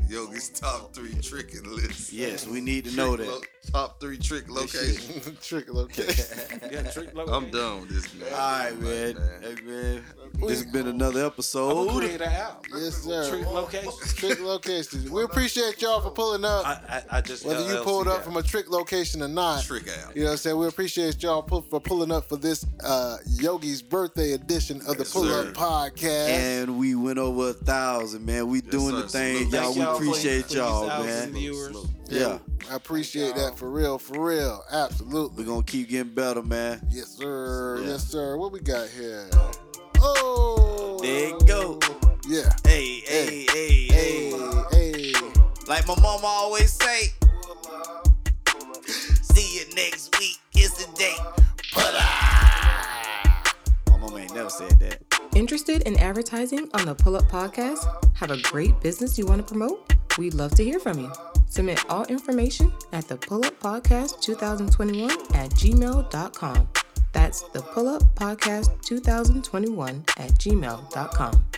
S6: Yo, this top three tricking list.
S2: yes, we need to know
S6: Trick
S2: that.
S6: lo- top three trick locations.
S3: [laughs] trick
S4: [laughs]
S3: location.
S4: Yeah, trick
S6: I'm done with this man.
S2: All right, man.
S6: man.
S2: Hey, man. This has been another
S4: I'm gonna
S2: episode.
S4: create an app.
S3: yes, sir.
S4: Trick location.
S3: [laughs] Trick locations. We appreciate y'all for pulling up.
S4: I, I, I just
S3: Whether you
S4: LLC
S3: pulled up
S4: that.
S3: from a trick location or not,
S6: Trick out.
S3: you know what I'm saying? We appreciate y'all pu- for pulling up for this uh, Yogi's birthday edition of the
S6: Yes,
S3: Pull
S6: sir.
S3: Up Podcast.
S2: And we went over a thousand, man. We doing
S6: sir.
S2: the thing,
S6: Salute.
S2: y'all.
S4: Thank
S2: We
S4: y'all for
S2: appreciate y'all,
S4: 20,000
S2: man.
S4: Viewers.
S2: Yeah,
S3: I appreciate that for real, for real.
S2: we're
S3: Absolutely.
S2: gonna keep getting better, man.
S3: Yes, sir.
S2: Yeah.
S3: Yes, sir. What we got here? Oh!
S2: There you go.
S3: Yeah.
S2: Hey, hey,
S3: Hey,
S2: hey, hey.
S3: hey.
S2: Like my mama always say. See you next week. It's the day. My mama ain't never said that.
S10: Interested in advertising on the Pull Up Podcast? Have a great business you want to promote? We'd love to hear from you. Submit all information at the Pull Up Podcast 2021 at gmail.com. That's the Pull Up Podcast 2021 at gmail.com.